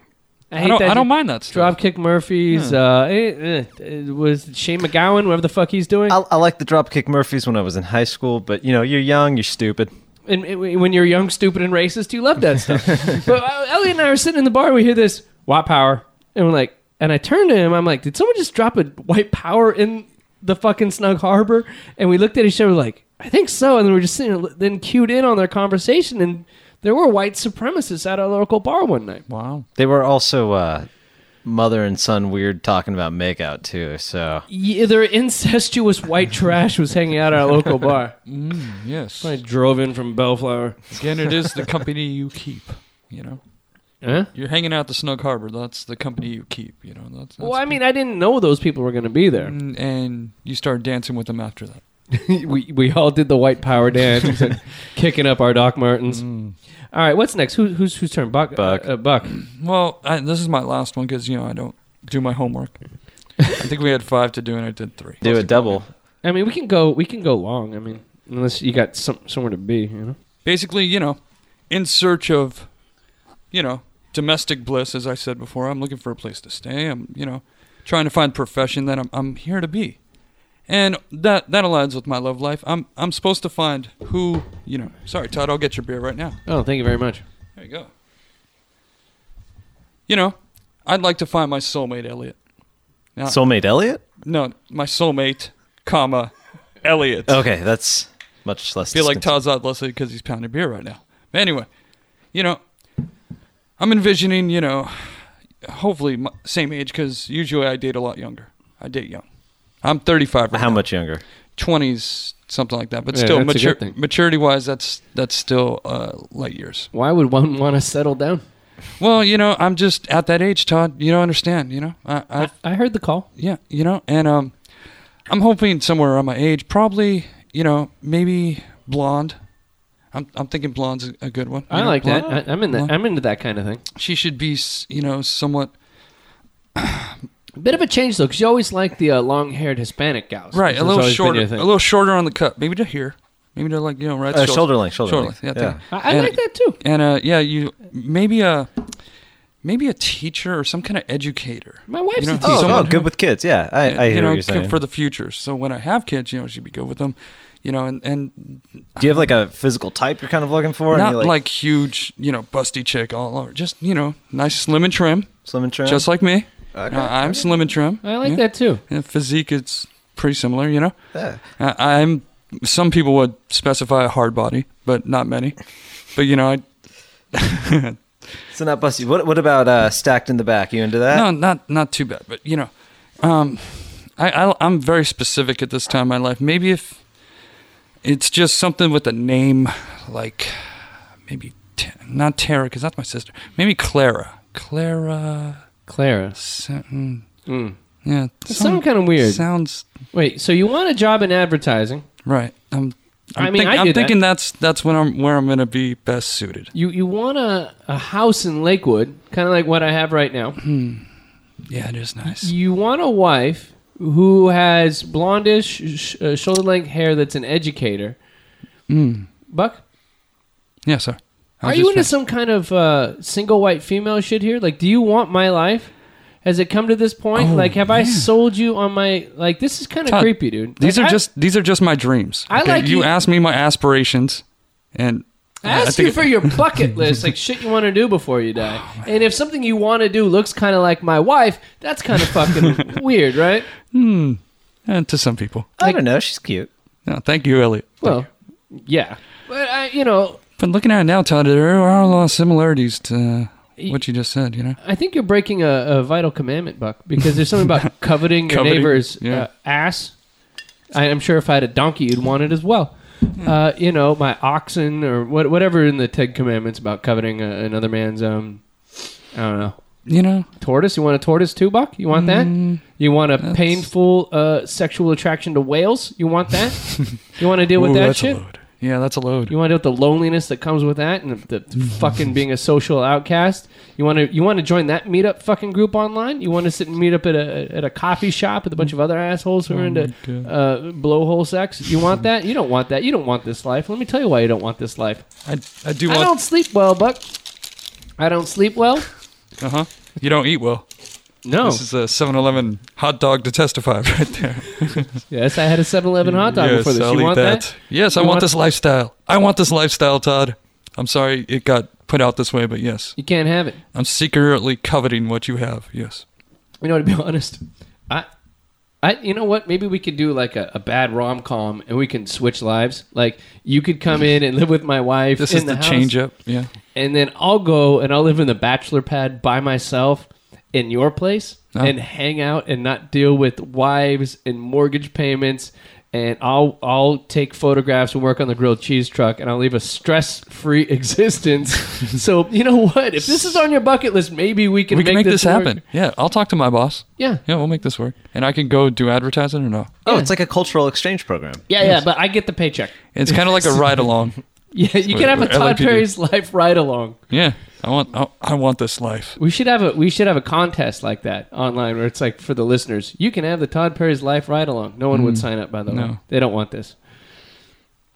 I, hate
I don't,
that
I don't
shit.
mind that stuff.
Dropkick Murphys. Uh, eh, eh, it was Shane McGowan, whatever the fuck he's doing.
I, I like the Dropkick Murphys when I was in high school, but you know, you're young, you're stupid.
and and when you're young, stupid, and racist, you love that stuff. but uh, Elliot and I were sitting in the bar, we hear this white power, and we're like, and I turned to him, I'm like, did someone just drop a white power in the fucking Snug Harbor? And we looked at each other like, I think so. And then we are just sitting, there, then cued in on their conversation, and there were white supremacists at our local bar one night.
Wow.
They were also uh, mother and son weird talking about makeout too. So
Yeah, their incestuous white trash was hanging out at our local bar.
Yes.
I drove in from Bellflower.
Again, it is the company you keep. You know,
Huh?
you're hanging out at the Snug Harbor. That's the company you keep. You know, that's. that's
Well, I mean, I didn't know those people were going to be there.
And- and you start dancing with them after that.
we we all did the white power dance, It's like kicking up our Doc Martens. All right, what's next? Who, who's whose turn? Buck.
Buck.
Uh, uh, Buck.
Well, I, this is my last one because you know I don't do my homework. I think we had five to do, and I did three.
do a double.
I mean, we can go. We can go long. I mean, unless you got some somewhere to be, you know.
Basically, you know, in search of, you know, domestic bliss. As I said before, I'm looking for a place to stay. I'm, you know, trying to find profession that I'm, I'm here to be, and that that aligns with my love life. I'm I'm supposed to find who, you know. Sorry, Todd. I'll get your beer right now.
Oh, thank you very much.
There you go. You know, I'd like to find my soulmate, Elliot. Uh,
Soulmate Elliot?
No, my soulmate, comma, Elliot.
Okay, that's much less.
I feel like
distinct.
Todd's out less because he's pounding beer right now. But anyway, you know, I'm envisioning, you know, hopefully my, same age because usually I date a lot younger. I date young. I'm 35 right
How
now.
much younger?
20s, something like that. But
Yeah,
still,
that's a
mature,
good thing.
maturity-wise, that's that's still uh, light years.
Why would one want to settle down?
Well, you know, I'm just at that age, Todd. You don't understand. You know, I, I've
I heard the call.
yeah, you know, and um, I'm hoping somewhere around my age, probably, you know, maybe blonde. I'm I'm thinking blonde's a good one.
I
you know,
like
blonde.
that. I, I'm in that.
Blonde.
I'm into that kind of thing.
She should be, s- you know, somewhat
Bit of a change though, because you always like the uh, long-haired Hispanic gals.
right,
This
a
has
little
always been
shorter, a
your thing.
little shorter on the cut, maybe to here, maybe to like you know right
Uh, shoulder length, shoulder length.
yeah,
Yeah.
thank you.
I, I
And-
like that too.
And uh, yeah, you maybe a maybe a teacher or some kind of educator.
My wife's
You know,
a
oh,
teacher.
Oh,
someone
oh,
who-
good with kids. Yeah, I, I hear
you know,
what you're saying.
for the future. So when I have kids, you know, she'd be good with them, you know, and, and
Do you have like a physical type you're kind of looking for? And
not
you
like, huge, you know, busty chick all over. Just, you know, nice, slim and trim,
slim and trim.
just like me. Uh, I'm slim and trim.
I like
yeah.
that too.
Yeah, physique is pretty similar, you know.
Yeah.
Uh, I'm, some people would specify a hard body, but not many. But, you know, I,
so not busty. What what about uh, stacked in the back? You into that?
no, not not too bad. But you know, um, I, I I'm very specific at this time in my life. Maybe if it's just something with a name like maybe Ta- not Tara because that's my sister. Maybe Clara. Clara.
Clara.
Sutton.
Mm.
Yeah.
It's some kind of weird.
Sounds
Wait, so you want a job in advertising?
right. I'm. I'm
I mean,
think-
I
I'm
do that.
thinking that's that's when I'm where I'm gonna be best suited.
You you want a, a house in Lakewood, kind of like what I have right now.
Yeah, it is nice.
You want a wife who has blondish, sh- uh, shoulder length hair that's an educator.
Hmm.
Buck,
Yeah, sir. I
are
was
you
just fin-
into some kind of uh, single white female shit here? Like, do you want my life? Has it come to this point?
Oh,
like, have I sold you on my like? This is kind of
Todd,
creepy, dude.
These
Like,
are
I-
just these are just my dreams.
I like
you,
you-
asked me my aspirations, and
I ask you for your bucket list, like shit you want to do before you die.
Oh,
and if something you want to do looks kind of like my wife, that's kind of fucking weird, right?
and eh, to some people.
I don't know. She's cute.
No, thank you, Elliot.
Well, yeah, but I, you know,
But looking at it now, Todd, there are a lot of similarities to uh,
Y-
what you just said. You know,
I think you're breaking a, a vital commandment, Buck, because there's something about coveting your
Coveting,
neighbor's
yeah.
uh, ass. I, I'm sure if I had a donkey, you'd want it as well. Uh, you know, my oxen or what, whatever in the Ten Commandments about coveting uh, another man's, um, I don't know,
you know,
tortoise. You want a tortoise too, Buck? You want that? You want a painful uh, sexual attraction to whales? You want that? you want to deal with
Ooh,
that
that's
shit?
a load. Yeah, that's a load.
You want to deal with the loneliness that comes with that, and the, the fucking being a social outcast. You want to you want to join that meetup fucking group online. You want to sit and meet up at a at a coffee shop with a bunch of other assholes
Oh
who are into uh, blowhole sex. You want that? You don't want that. You don't want this life. Let me tell you why you don't want this life.
I, I do
I
want.
don't Oh. sleep well, Buck. I don't sleep well.
Uh huh. You don't eat well.
No.
This is a 7-Eleven hot dog to testify right there.
yes, I had a 7-Eleven hot dog
yes,
before this.
I'll
you
eat
want that?
Yes, I
You
want,
want-
this lifestyle. I want this lifestyle, Todd. I'm sorry it got put out this way, but yes,
You can't have it.
I'm secretly coveting what you have. Yes.
You know, to be honest, I, I, you know what? Maybe we could do like a, a bad rom com, and we can switch lives. Like you could come in and live with my wife.
This
in
is the,
house,
change up. Yeah.
and then I'll go and I'll live in the bachelor pad by myself in your place
Oh.
and hang out and not deal with wives and mortgage payments. And I'll I'll take photographs and work on the grilled cheese truck, and I'll leave a stress free existence. so you know what? If this is on your bucket list, maybe we can
we can
make,
make this,
work.
happen. Yeah, I'll talk to my boss.
Yeah.
Yeah, we'll make this work. And I can go do advertising or no.
Oh, it's like a cultural exchange program.
Yeah, yeah, but I get the paycheck.
It's kind of like a ride along.
Yeah, you can have a
Or- or
Todd
LAPD.
Perry's life ride along.
Yeah, I want I, I want this life.
We should have a we should have a contest like that online where it's like for the listeners, you can have the Todd Perry's life ride along. No one would sign up by the way.
Mm. no.
They don't want this.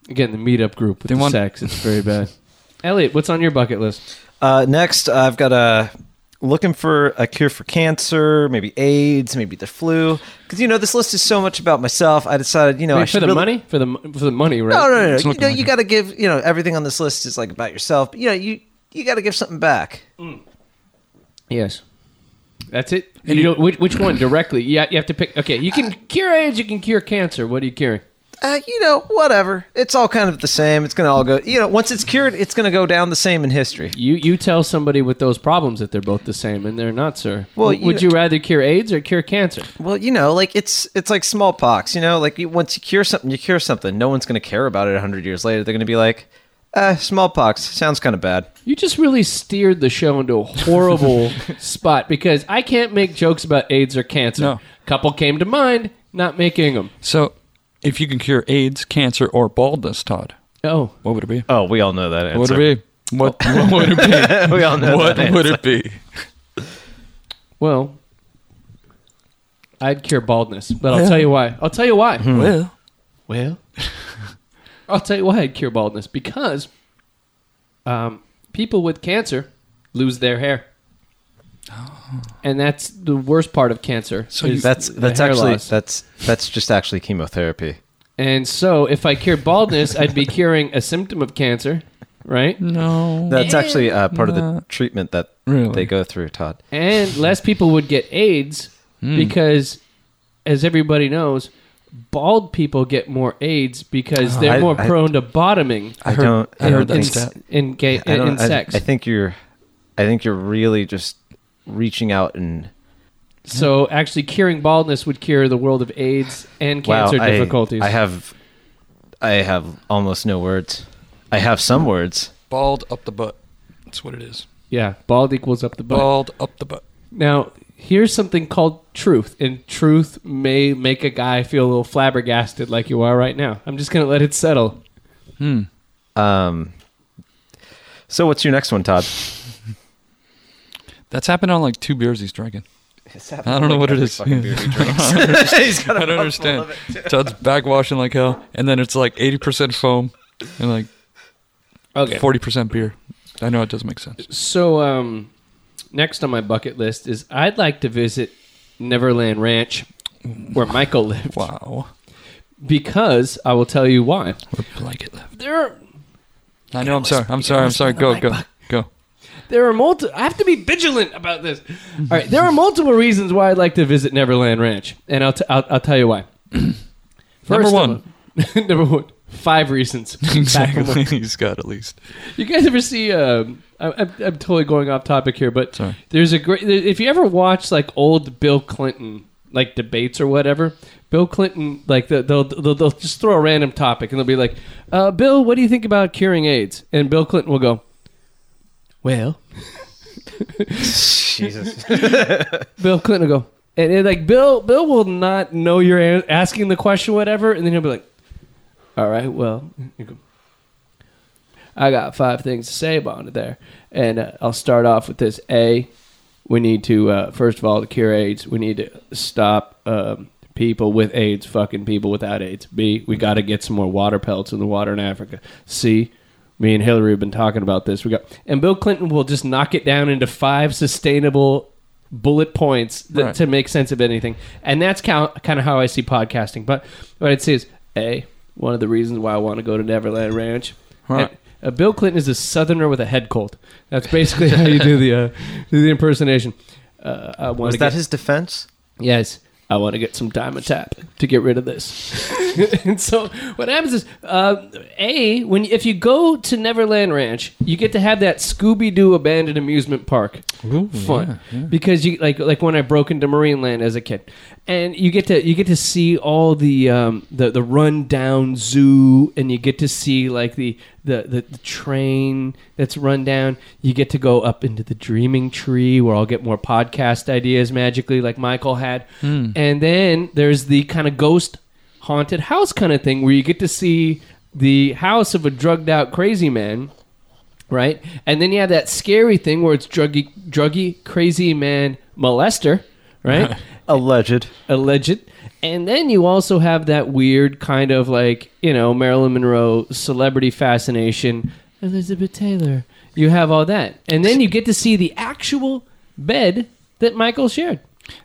Again, the meetup group with
They
the
want-
sex, it's very bad. Elliot, what's on your bucket list?
Uh, next, I've got a looking for a cure for cancer, maybe AIDS, maybe the flu. Because you know this list is so much about myself. I decided, you know, I
Wait,
should
for the
really-
money? For the mo- for the money, right?
No, no, no.
It's
no. You
looking
know,
like
you
it.
got to give. You know, everything on this list is like about yourself. But, you know, you you got to give something back.
Yes. That's it. you know which, which one directly? Yeah, you have to pick. Okay, you can cure AIDS, you can cure cancer. What are you curing?
Uh, you know, whatever. It's all kind of the same. It's gonna all go. You know, once it's cured, it's gonna go down the same in history.
You you tell somebody with those problems that they're both the same, and they're not, sir.
Well,
W- would
you-
you rather cure AIDS or cure cancer?
Well, you know, like it's it's like smallpox. You know, like you- once you cure something, you cure something. No one's gonna care about it hundred years later. They're gonna be like, uh, smallpox sounds kind of bad.
You just really steered the show into a horrible spot because I can't make jokes about AIDS or cancer.
No.
Couple came to mind, not making them.
So, if you can cure AIDS, cancer, or baldness, Todd,
Oh,
what would it be?
Oh, we all know that. Answer.
what would it be? What, what would it
we all
be?
know
what
that. Answer.
would it be?
well, I'd cure baldness, but I'll tell you why. I'll tell you why.
Well,
Well, I'll tell you why I'd cure baldness because um, people with cancer lose their hair. And that's the worst part of cancer.
So you-
is
Oh. That's
the
that's
hair
actually
loss.
that's that's just actually chemotherapy.
And so if I cured baldness, I'd be curing a symptom of cancer, right?
no.
That's actually uh, part of the treatment that
Really?
they go through, Todd.
And less people would get AIDS
Hmm.
because, as everybody knows, bald people get more AIDS because they're
Oh, I-
more
I-
prone to bottoming
I, don't. I
heard
don't
that
in,
think-
stat.
in, gay,
I
in
don't. I,
sex.
I think you're. I think you're really just reaching out and
So actually, curing baldness would cure the world of AIDS and cancer
wow, I-
difficulties.
I, have. I have almost no words. I have some words.
Bald up the butt. That's what it is.
yeah, bald equals up the butt.
Bald up the butt.
Now, here's something called truth, and truth may make a guy feel a little flabbergasted, like you are right now. I'm just gonna let it settle.
Um. So what's your next one, Todd?
That's happened on like two beers he's drinking. I don't know what it is. I don't understand. Todd's backwashing like hell, and then it's like 80% foam and like
Okay.
40% beer. I know it doesn't make sense.
So, um, next on my bucket list is I'd like to visit Neverland Ranch, where Michael lived,
Wow.
because I will tell you why.
We're blanket left.
There. Are,
I know. I'm sorry. I'm sorry. I'm sorry. Go. Go. Go.
There are multiple. I have to be vigilant about this. All right, there are multiple reasons why I'd like to visit Neverland Ranch, and I'll, t- I'll, I'll tell you why.
Number
of
one.
all- number one. Five reasons. Back from one.
Exactly. He's got at least.
You guys ever see? Um, I, I'm, I'm totally going off topic here, but
Sorry.
there's a great. If you ever watch like old Bill Clinton like debates or whatever, Bill Clinton like they'll they'll, they'll, they'll just throw a random topic and they'll be like, uh, "Bill, what do you think about curing AIDS?" And Bill Clinton will go, "Well."
Jesus.
Bill Clinton will go, and, and, like Bill, Bill will not know you're a- asking the question, whatever, and then he'll be like, "All right, well, you go, I got five things to say about it there, and uh, I'll start off with this: A, we need to uh, first of all to cure AIDS, we need to stop um, people with AIDS fucking people without AIDS. B, we got to get some more water pellets in the water in Africa. C. Me and Hillary have been talking about this. We got, and Bill Clinton will just knock it down into five sustainable bullet points that,
Right.
to make sense of anything. And that's kind of how I see podcasting. But what I'd say is A, one of the reasons why I want to go to Neverland Ranch.
Right.
And, uh, Bill Clinton is a southerner with a head cold. That's basically how you do the uh, do the impersonation. Uh, I want
Was
to
that
get,
his defense?
Yes, I want to get some diamond tap to get rid of this. and so what happens is, uh, a when if you go to Neverland Ranch, you get to have that Scooby Doo abandoned amusement park fun because you like like when I broke into Marineland as a kid, and you get to you get to see all the um, the the run down zoo, and you get to see like the the, the the train that's run down. You get to go up into the dreaming tree where I'll get more podcast ideas magically, like Michael had, and then there's the kind of ghost haunted house kind of thing where you get to see the house of a drugged out crazy man right? And then you have that scary thing where it's druggy, druggy, crazy man molester, right?
Alleged.
Alleged. And then you also have that weird kind of like, you know, Marilyn Monroe celebrity fascination, Elizabeth Taylor. You have all that. And then you get to see the actual bed that Michael shared.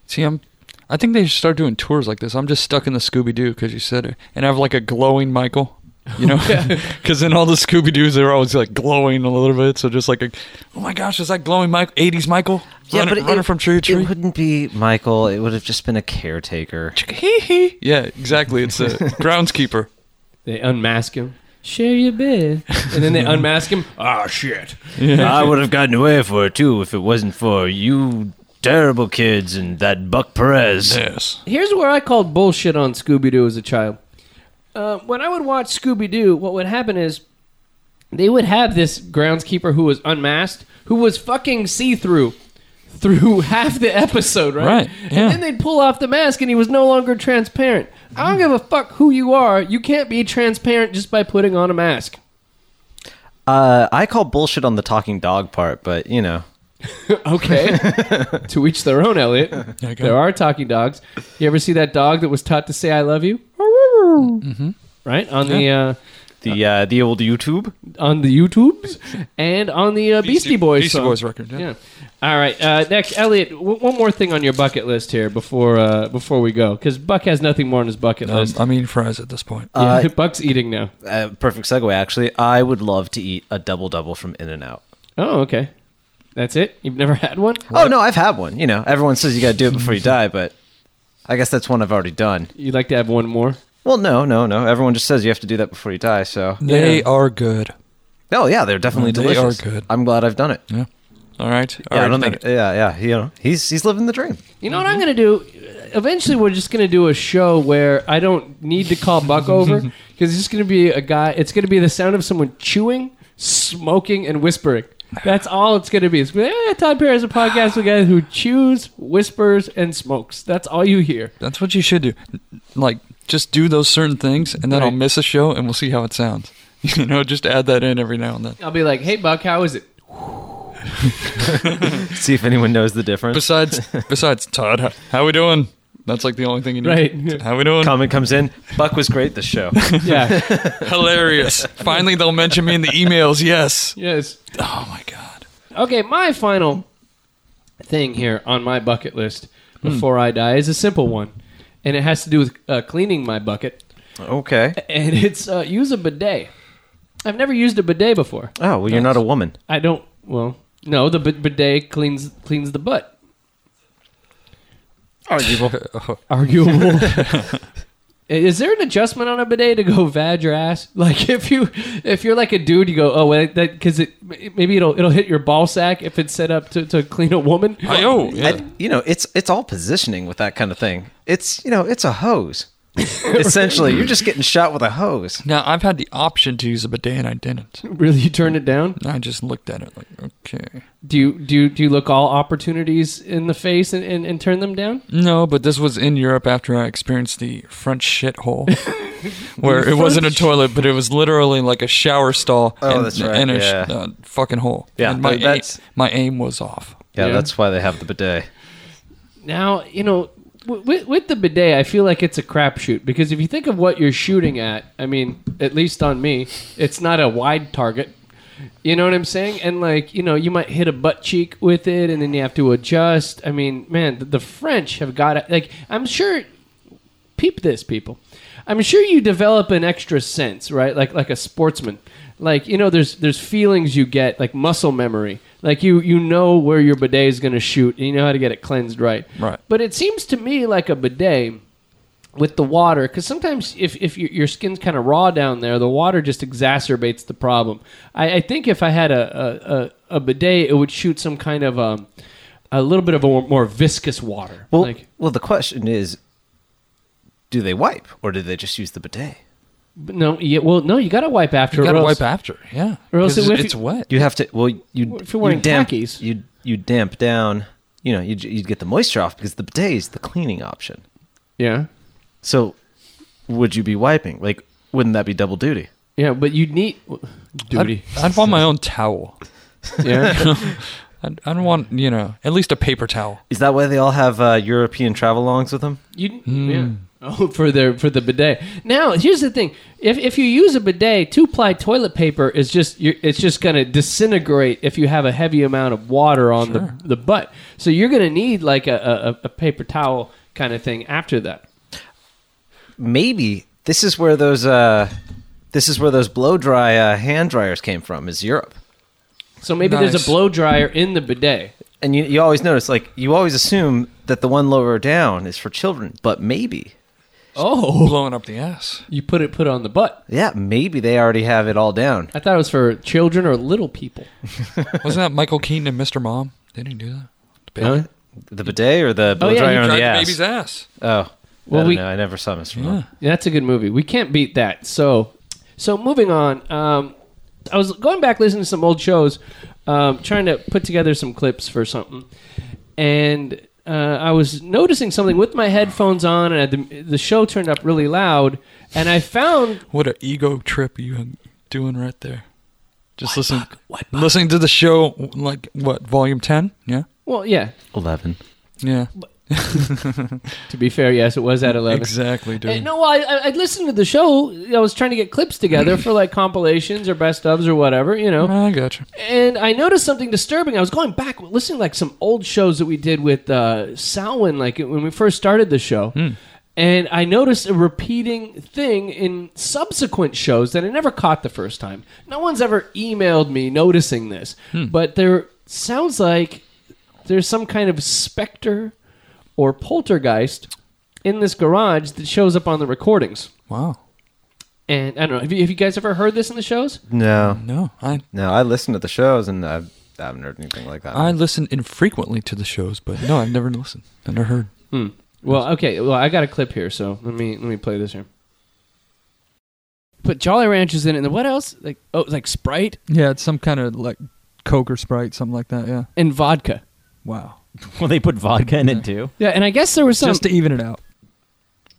See, I'm. I think they should start doing tours like this. I'm just stuck in the Scooby Doo because you said it, and I have like a glowing Michael. You know, because in all the Scooby Doos, they're always like glowing a little bit. So just like, a, oh my gosh, is that glowing Michael? 80s Michael? running, running from tree to tree.
It wouldn't be Michael. It would have just been a caretaker.
Hee hee. Yeah, exactly. It's a groundskeeper.
They unmask him. Share your bed. And then they unmask him. Ah, shit.
I would have gotten away for it too if it wasn't for you terrible kids and that Buck Perez.
Yes.
Here's where I called bullshit on Scooby Doo as a child. Uh, when I would watch Scooby Doo, what would happen is they would have this groundskeeper who was unmasked, who was fucking see through through half the episode, right?
Right, yeah.
And then they'd pull off the mask and he was no longer transparent. I don't give a fuck who you are. You can't be transparent just by putting on a mask.
Uh, I call bullshit on the talking dog part, but you know,
Okay. to each their own, Elliot.
you go.
There are talking dogs. You ever see that dog that was taught to say "I love you"?
Mm-hmm.
Right on the uh,
the uh, the old YouTube.
on the YouTubes and on the uh, Beastie Boys.
Beastie
song.
Boys record. Yeah.
Yeah. All right. Uh, next, Elliot. W- one more thing on your bucket list here before uh, before we go, because Buck has nothing more on his bucket
Um,
list.
I'm eating fries at this point.
Yeah, Buck's eating now.
Uh, perfect segue, actually. I would love to eat a double double from In and Out.
Oh, okay. That's it. You've never had one.
Oh no, I've had one. You know, everyone says you got to do it before you die, but I guess that's one I've already done.
You'd like to have one more.
Well, no, no, no. Everyone just says you have to do that before you die. So,
they are good.
oh yeah, they're definitely
They are
delicious.
good.
I'm glad I've done it. Yeah,
All right. All
I
right,
don't think. Yeah, yeah. You know, he's he's living the dream.
You know what I'm going to do? Eventually, we're just going to do a show where I don't need to call Buck over because it's just going to be a guy. It's going to be the sound of someone chewing, smoking, and whispering. That's all it's going to be. It's gonna be, "Eh, Todd Perry is a podcast with a guy who chews, whispers, and smokes. That's all you hear.
That's what you should do. Like, just do those certain things, and then I'll miss a show, and we'll see how it sounds. You know, just add that in every now and then.
I'll be like, "Hey, Buck, how is it?"
See if anyone knows the difference.
Besides, besides Todd, how, how we doing? That's like the only thing you need.
Right.
How we doing?
Comment comes in. Buck was great this show.
Yeah.
Hilarious. Finally, they'll mention me in the emails. Yes.
yes.
Oh my god.
Okay, my final thing here on my bucket list before I die is a simple one, and it has to do with uh, cleaning my bucket.
okay.
and it's uh, use a bidet. I've never used a bidet before.
Oh well, you're not a woman.
I don't. Well, no, the b- bidet cleans cleans the butt. Arguable. Arguable. Is there an adjustment on a bidet to go vag your ass? Like if you if you're like a dude, you go oh wait that because it maybe it'll it'll hit your ball sack if it's set up to, to clean a woman.
Hey, oh, yeah.
I, you know, it's it's all positioning with that kind of thing. It's you know, it's a hose. Essentially, you're just getting shot with a hose.
Now I've had the option to use a bidet, and I didn't.
Really, you turn it down?
I just looked at it like, okay.
Do you do you, do you look all opportunities in the face and, and, and turn them down?
No, but this was in Europe after I experienced the French shithole, where it wasn't a toilet, but it was literally like a shower stall
Oh,
and,
that's right,
and a sh-
yeah.
uh, fucking hole.
Yeah,
and my,
but that's-
aim, my aim was off.
Yeah,
Yeah.
that's why they have the bidet.
Now, you know, w- with, with the bidet, I feel like it's a crapshoot because if you think of what you're shooting at, I mean, at least on me, it's not a wide target. You know what I'm saying? And like, you know, you might hit a butt cheek with it, and then you have to adjust. I mean, man, the, the French have got it. Like, I'm sure. Peep this, people. I'm sure you develop an extra sense, right? Like, like a sportsman. Like, you know, there's there's feelings you get, like muscle memory. Like you you know where your bidet is going to shoot, and you know how to get it cleansed right.
Right.
But it seems to me like a bidet with the water because sometimes if, if your, your skin's kind of raw down there the water just exacerbates the problem i, I think if i had a, a, a, a bidet it would shoot some kind of um, a little bit of a more viscous water
Well,
like
well, the question is, do they wipe or do they just use the bidet?
but no yeah, well no you gotta wipe after
You
or
gotta
else-
wipe after, yeah.
or else
'Cause
if
it's,
you-
it's wet.
You have to. Well, you
if you're wearing
you damp,
khakis.
you you damp down. You know, you you get the moisture off because the bidet is the cleaning option.
yeah
So, would you be wiping? Like, wouldn't that be double duty?
yeah but you need
I'd,
duty
I'd want my own towel.
yeah
I'd, I'd want you know at least a paper towel.
Is that why they all have uh, European travel longs with them?
you
Hmm.
yeah Oh, for their for the bidet. Now, here's the thing: if if you use a bidet, two ply toilet paper is just you're, it's just going to disintegrate if you have a heavy amount of water on the the butt. So you're going to need like a, a, a paper towel kind of thing after that.
Maybe this is where those uh, this is where those blow dry uh, hand dryers came from. Is Europe.
So maybe there's
Nice.
a blow dryer in the bidet.
and you, you always notice like you always assume that the one lower down is for children but maybe
Oh,
Blowing up the ass.
you put it put it on the butt.
yeah maybe they already have it all down
I thought it was for children or little people.
Wasn't that Michael Keaton and Mr. Mom? They didn't do that. The baby.
the bidet or the blow
yeah,
dryer
you
on
Tried
the
the
ass
baby's ass.
oh
Well,
well, I don't
we-
know. I never saw Mr.
Yeah.
Mom.
Yeah, that's a good movie. We can't beat that. So, so moving on. Um, I was going back listening to some old shows, um, trying to put together some clips for something, and uh, I was noticing something with my headphones on, and the, the show turned up really loud, and I found
What an ego trip you doing right there. Just listen, listening to the show like what volume ten? Yeah,
well, yeah.
11.
yeah,
To be fair, yes, it was at eleven.
exactly, dude.
Hey, no, well, I, I I listened to the show. I was trying to get clips together for like compilations or best ofs or whatever, you know.
I got you.
and I noticed something disturbing. I was going back listening to, like some old shows that we did with uh, Salwin, like when we first started the show. And I noticed a repeating thing in subsequent shows that I never caught the first time. No one's ever emailed me noticing this, but there sounds like there's some kind of specter or poltergeist in this garage that shows up on the recordings.
Wow.
And I don't know. Have you, have you guys ever heard this in the shows?
No.
No, I
No, I listen to the shows and I I haven't heard anything like that.
I listen infrequently to the shows, but no, I've never listened, I've never heard.
Hmm. Well, okay. Well, I got a clip here, so let me let me play this here. Put Jolly Ranchers in it, and then what else? Like oh, like Sprite
Yeah, it's some kind of like Coke or Sprite, something like that. Yeah.
and vodka.
Wow.
Well, they put vodka in it too.
Yeah, and I guess there was some.
Just to even it out.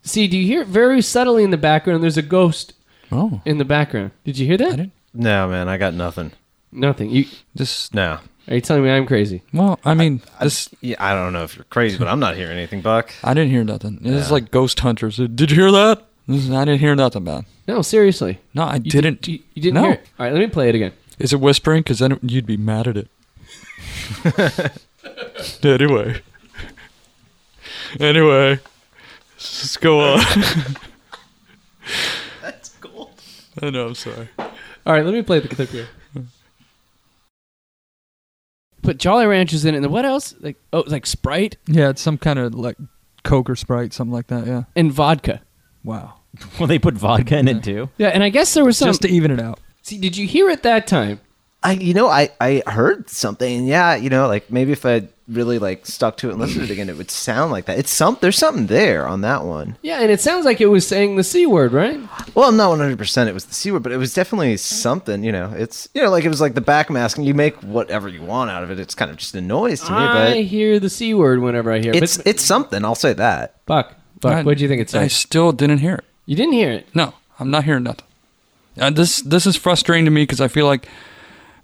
see, do you hear it very subtly in the background? There's a ghost
Oh,
in the background. Did you hear that?
I didn't.
no, Oh, man, I got nothing.
Nothing. You
This.
No.
are you telling me I'm crazy?
Well, I mean, this.
Yeah, I don't know if you're crazy, but I'm not hearing anything, Buck.
I didn't hear nothing. This is like Ghost Hunters. Did you hear that? This is, I didn't hear nothing, man.
No, seriously.
No, I
You
didn't.
Did, you, you didn't
no.
hear? It. All right, let me play it again.
Is it whispering? Because then you'd be mad at it. anyway. Anyway. Let's go on. That's gold. I know, I'm sorry.
All right, let me play the clip here. Put Jolly Ranchers in it, and then what else? Like oh, like Sprite
Yeah, it's some kind of like Coke or Sprite, something like that. Yeah.
and vodka.
Wow.
Well, they put vodka in it too.
Yeah, and I guess there was some.
Just to even it out.
See, did you hear it that time?
I you know I I heard something and yeah you know like maybe if I really like stuck to it and listened to it again it would sound like that it's some there's something there on that one
Yeah, and it sounds like it was saying the c word, right?
well not 100 percent it was the c word but it was definitely something you know it's you know like it was like the back mask and you make whatever you want out of it it's kind of just a noise to me
I
but
hear the c word whenever I hear it.
it's
But,
it's something I'll say that
Buck, Buck, what do you think it
I
says?
still didn't hear it.
You didn't hear it.
No, I'm not hearing nothing. Uh, this this is frustrating to me because I feel like,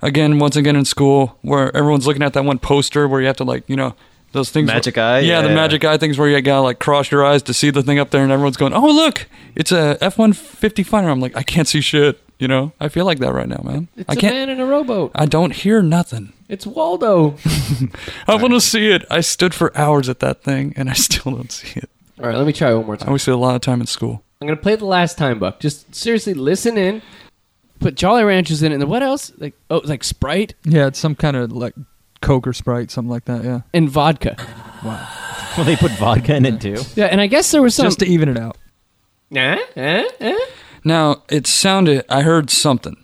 again, once again in school, where everyone's looking at that one poster where you have to like, you know, those things.
Magic
where-
eye?
Yeah, the
Yeah.
magic eye things where you gotta like cross your eyes to see the thing up there, and everyone's going, "Oh, look, it's a F-150 fighter." I'm like, I can't see shit. You know, I feel like that right now, man.
It's
I
a
can't.
man in a rowboat.
I don't hear nothing.
It's Waldo.
I want to see it. I stood for hours at that thing, and I still don't see it.
All right, let me try one more
I
time.
wasted a lot of time in school.
I'm gonna play it the last time, Buck. Just seriously, listen in. Put Jolly Ranchers in, and then what else? Like oh, like Sprite
Yeah, it's some kind of like Coke or Sprite, something like that. Yeah,
and vodka.
Well, they put vodka in it too.
Yeah, and I guess there was some.
just to even it out.
Eh? Eh? Eh?
Now it sounded. I heard something,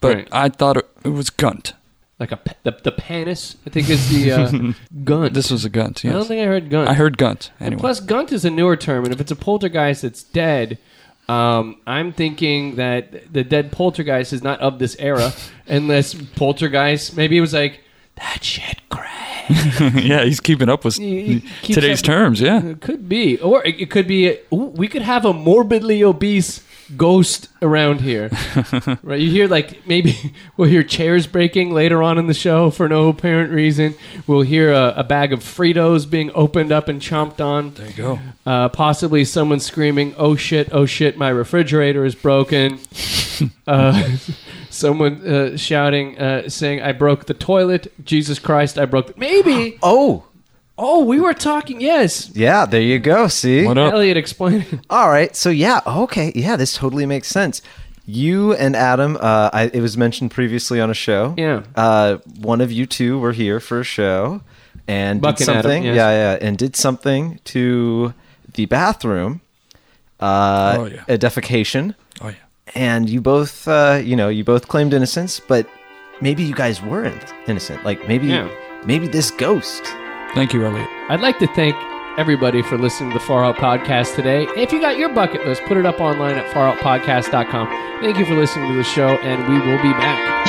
but
Right.
I thought it, it was gunt.
like a pe- the, the penis. I think is the uh, gunt.
This was a gunt.
I
Yes,
don't think I heard gunt.
I heard gunt.
And
Anyway,
Plus, gunt is a newer term, and if it's a poltergeist that's dead, um, I'm thinking that the dead poltergeist is not of this era, unless poltergeist maybe it was like that shit crack.
yeah, he's keeping up with
He- he keeps
today's
up-
terms. Yeah,
It could be, or it, it could be. ooh, we could have a morbidly obese ghost around here, right? You hear like maybe we'll hear chairs breaking later on in the show for no apparent reason. We'll hear a, a bag of Fritos being opened up and chomped on.
there you go.
Uh, possibly someone screaming, "Oh shit! Oh shit! My refrigerator is broken." uh, someone uh, shouting, uh, saying, "I broke the toilet! Jesus Christ! I broke." The-. Maybe.
Oh,
Oh, we were talking. Yes,
yeah, there you go. See?
What up?
Elliot explained. it.
All right. So yeah, okay. Yeah, this totally makes sense. You and Adam, uh, I, it was mentioned previously on a show.
Yeah.
Uh, one of you two were here for a show and
Buck
did
and Adam,
something.
yes.
Yeah, yeah, and did something to the bathroom. Uh,
Oh, yeah.
A defecation,
Oh yeah.
and you both, uh, you know, you both claimed innocence, but maybe you guys weren't innocent. Like maybe,
Yeah.
maybe this ghost.
Thank you, Elliot.
I'd like to thank everybody for listening to the Far Out Podcast today. If you got your bucket list, put it up online at faroutpodcast.com. Thank you for listening to the show, and we will be back.